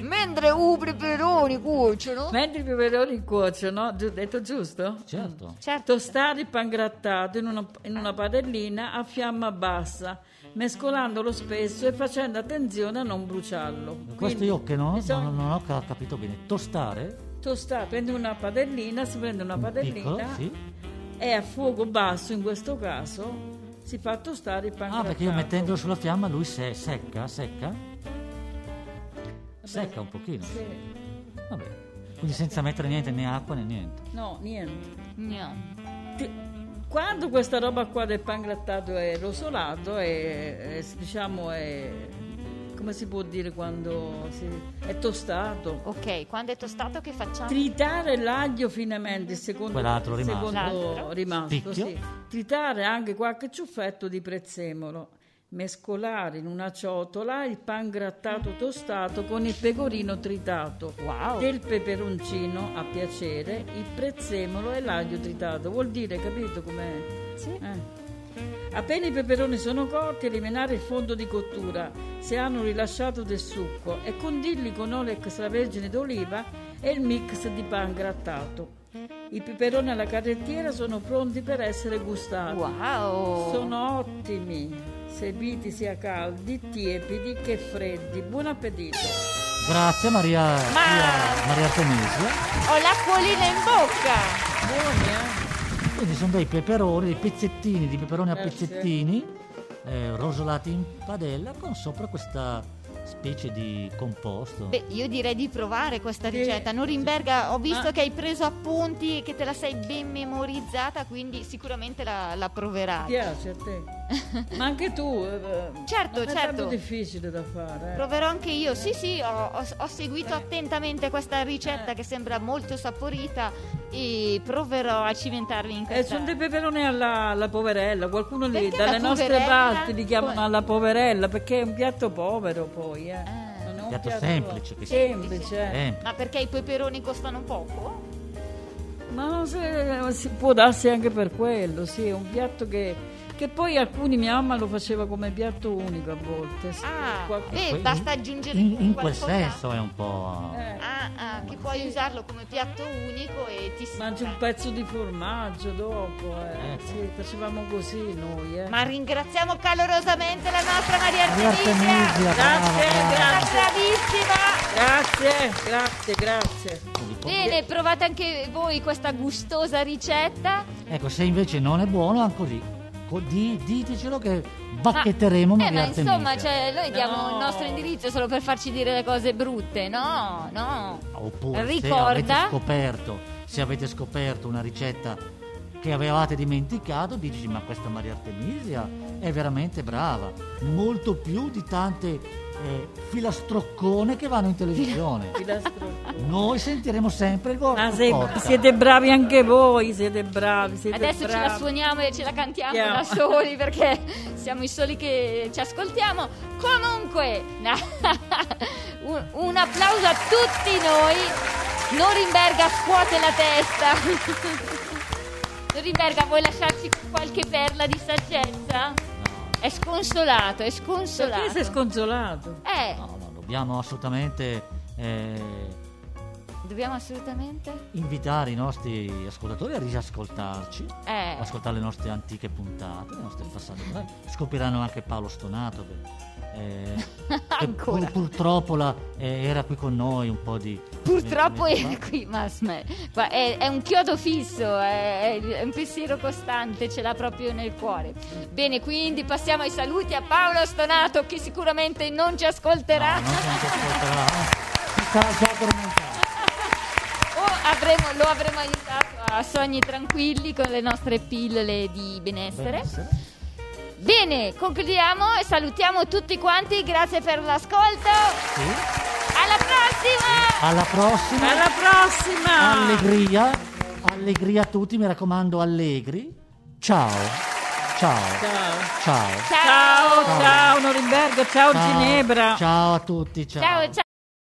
Speaker 2: Mentre i peperoni cuociono.
Speaker 3: Mentre i peperoni cuociono, giu- detto giusto?
Speaker 1: Certo.
Speaker 2: Certo.
Speaker 3: Tostare il pangrattato in una, in una padellina a fiamma bassa, mescolandolo spesso e facendo attenzione a non bruciarlo.
Speaker 1: Questo
Speaker 3: Quindi
Speaker 1: io che non,
Speaker 3: bisogna
Speaker 1: non- non ho ca- capito bene. Tostare?
Speaker 3: tostare, prendi una padellina, si prende una padellina
Speaker 1: Piccolo, sì.
Speaker 3: e a fuoco basso in questo caso si fa tostare il
Speaker 1: Ah,
Speaker 3: pangrattato.
Speaker 1: perché io mettendolo sulla fiamma lui se secca, secca? Secca un pochino.
Speaker 3: Sì.
Speaker 1: Vabbè. Quindi senza mettere niente, né acqua né niente.
Speaker 3: No, niente.
Speaker 2: No.
Speaker 3: Ti- Quando questa roba qua del pangrattato è rosolato, è, è, diciamo è come si può dire quando si- è tostato.
Speaker 2: Ok, quando è tostato che facciamo?
Speaker 3: Tritare l'aglio finemente, il secondo,
Speaker 1: Quell'altro
Speaker 3: il
Speaker 1: rimasto.
Speaker 3: secondo
Speaker 2: L'altro.
Speaker 3: rimasto
Speaker 1: Spicchio.
Speaker 3: sì. Tritare anche qualche ciuffetto di prezzemolo. Mescolare in una ciotola il pangrattato tostato con il pecorino tritato
Speaker 2: Wow.
Speaker 3: del peperoncino a piacere, il prezzemolo e l'aglio tritato. Vuol dire, capito com'è?
Speaker 2: Sì.
Speaker 3: Eh. Appena i peperoni sono cotti, eliminare il fondo di cottura se hanno rilasciato del succo e condirli con olio extravergine d'oliva e il mix di pan grattato. I peperoni alla carrettiera sono pronti per essere gustati.
Speaker 2: Wow.
Speaker 3: Ah. Sono ottimi, serviti sia caldi, tiepidi che freddi. Buon appetito!
Speaker 1: Grazie Maria, Maria, Maria Artemisia.
Speaker 2: Ho l'acquolina in bocca.
Speaker 3: Buoni, eh?
Speaker 1: Quindi sono dei peperoni, dei pezzettini di peperoni a
Speaker 3: Eh, sì.
Speaker 1: pezzettini, eh, rosolati in padella con sopra questa specie di composto.
Speaker 2: Beh, io direi di provare questa
Speaker 3: Sì. Ah.
Speaker 2: ricetta. Norimberga, ho visto
Speaker 3: Ma-
Speaker 2: che hai preso appunti, che te la sei ben memorizzata, quindi sicuramente la, la
Speaker 3: Ti
Speaker 2: proverai.
Speaker 3: piace a te? Ma anche tu? eh,
Speaker 2: Certo,
Speaker 3: non è
Speaker 2: certo.
Speaker 3: tanto difficile da fare. eh.
Speaker 2: Proverò anche io, sì sì, ho, ho- ho seguito attentamente questa
Speaker 3: Eh.
Speaker 2: ricetta che sembra molto saporita e proverò a cimentarmi in
Speaker 3: Eh,
Speaker 2: questa.
Speaker 3: sono dei peperoni alla, alla poverella, qualcuno lì
Speaker 2: Perché
Speaker 3: dalle
Speaker 2: la
Speaker 3: nostre
Speaker 2: poverella?
Speaker 3: parti li chiamano
Speaker 2: Poi-
Speaker 3: alla poverella perché è un piatto povero poi, eh.
Speaker 2: Ah.
Speaker 3: non è un un
Speaker 1: piatto
Speaker 3: piatto
Speaker 1: semplice, che si-
Speaker 3: semplice. eh.
Speaker 1: Sempre.
Speaker 5: Ma perché i peperoni costano poco?
Speaker 3: Ma non se- si può darsi anche per quello, sì, è un piatto che, che poi alcuni mia mamma lo faceva come piatto unico a volte. sì,
Speaker 5: Ah,
Speaker 3: qualche-
Speaker 5: beh,
Speaker 1: Que-
Speaker 5: basta aggiungere
Speaker 1: in, in quel
Speaker 5: qualcosa.
Speaker 1: senso è un po'...
Speaker 3: eh,
Speaker 5: Ah, ah, che puoi usarlo come piatto unico e ti si
Speaker 3: mangi un pezzo di formaggio dopo, eh.
Speaker 1: Eh.
Speaker 3: sì, facevamo così noi. eh.
Speaker 5: Ma ringraziamo calorosamente la nostra Maria
Speaker 1: Maria
Speaker 5: Artemisia.
Speaker 1: Artemisia, brava,
Speaker 3: Grazie,
Speaker 1: brava.
Speaker 5: È stata
Speaker 3: Grazie.
Speaker 5: bravissima.
Speaker 3: Grazie, grazie, grazie.
Speaker 5: Bene, provate anche voi questa gustosa ricetta.
Speaker 1: Ecco, se invece non è buono, anche così, co- di- ditecelo che
Speaker 5: Ah,
Speaker 1: bacchetteremo
Speaker 2: Eh,
Speaker 1: Maria
Speaker 2: ma insomma,
Speaker 1: Artemisia.
Speaker 2: cioè, noi diamo
Speaker 3: No.
Speaker 2: il nostro indirizzo solo per farci dire le cose brutte, no? No.
Speaker 1: Oppure
Speaker 2: ricorda-
Speaker 1: se avete scoperto, se avete scoperto una ricetta che avevate dimenticato, dici ma questa Maria Artemisia è veramente brava, molto più di tante eh, filastroccone che vanno in televisione.
Speaker 3: Pilastro.
Speaker 1: Noi sentiremo sempre il vostro
Speaker 3: Ma se-
Speaker 1: podcast.
Speaker 3: Ah, siete bravi anche voi, siete bravi, siete
Speaker 2: Adesso ce la
Speaker 3: bravi.
Speaker 2: suoniamo e ce la cantiamo
Speaker 3: Chiaro.
Speaker 2: da soli perché siamo i soli che ci ascoltiamo. Comunque, no. un, un applauso a tutti noi. Norimberga scuote la testa. Norimberga, vuoi lasciarci qualche perla di saggezza? È sconsolato, è sconsolato.
Speaker 3: Perché sei sconsolato?
Speaker 2: eh,
Speaker 1: No, no, dobbiamo assolutamente eh,
Speaker 2: dobbiamo assolutamente...
Speaker 1: invitare i nostri ascoltatori a riascoltarci,
Speaker 2: Eh.
Speaker 1: ascoltare le nostre antiche puntate, le nostre passate puntate. Scopriranno anche Paolo Stonato che, eh, che
Speaker 2: Ancora.
Speaker 1: pur- purtroppo la- eh, era qui con noi un po' di...
Speaker 2: Purtroppo
Speaker 1: eh,
Speaker 2: è qui, ma sm- qua è, è un chiodo fisso, è, è un pensiero costante, ce l'ha proprio nel cuore. Bene, quindi passiamo ai saluti a Paolo Stonato che sicuramente non ci ascolterà
Speaker 1: No, non ci ascolterà. Si sarà già addormentato.
Speaker 2: o avremo- lo avremo aiutato a sogni tranquilli con le nostre pillole di benessere.
Speaker 1: Benessere.
Speaker 2: Bene, concludiamo e salutiamo tutti quanti, grazie per l'ascolto,
Speaker 1: Sì.
Speaker 2: alla prossima!
Speaker 1: Alla prossima.
Speaker 3: Alla prossima!
Speaker 1: Allegria. Allegria a tutti, mi raccomando, allegri. Ciao. Ciao.
Speaker 3: Ciao.
Speaker 1: Ciao.
Speaker 3: Ciao, ciao Norimberga, ciao
Speaker 1: Ciao.
Speaker 3: Ginevra.
Speaker 1: Ciao a tutti.
Speaker 2: ciao! ciao.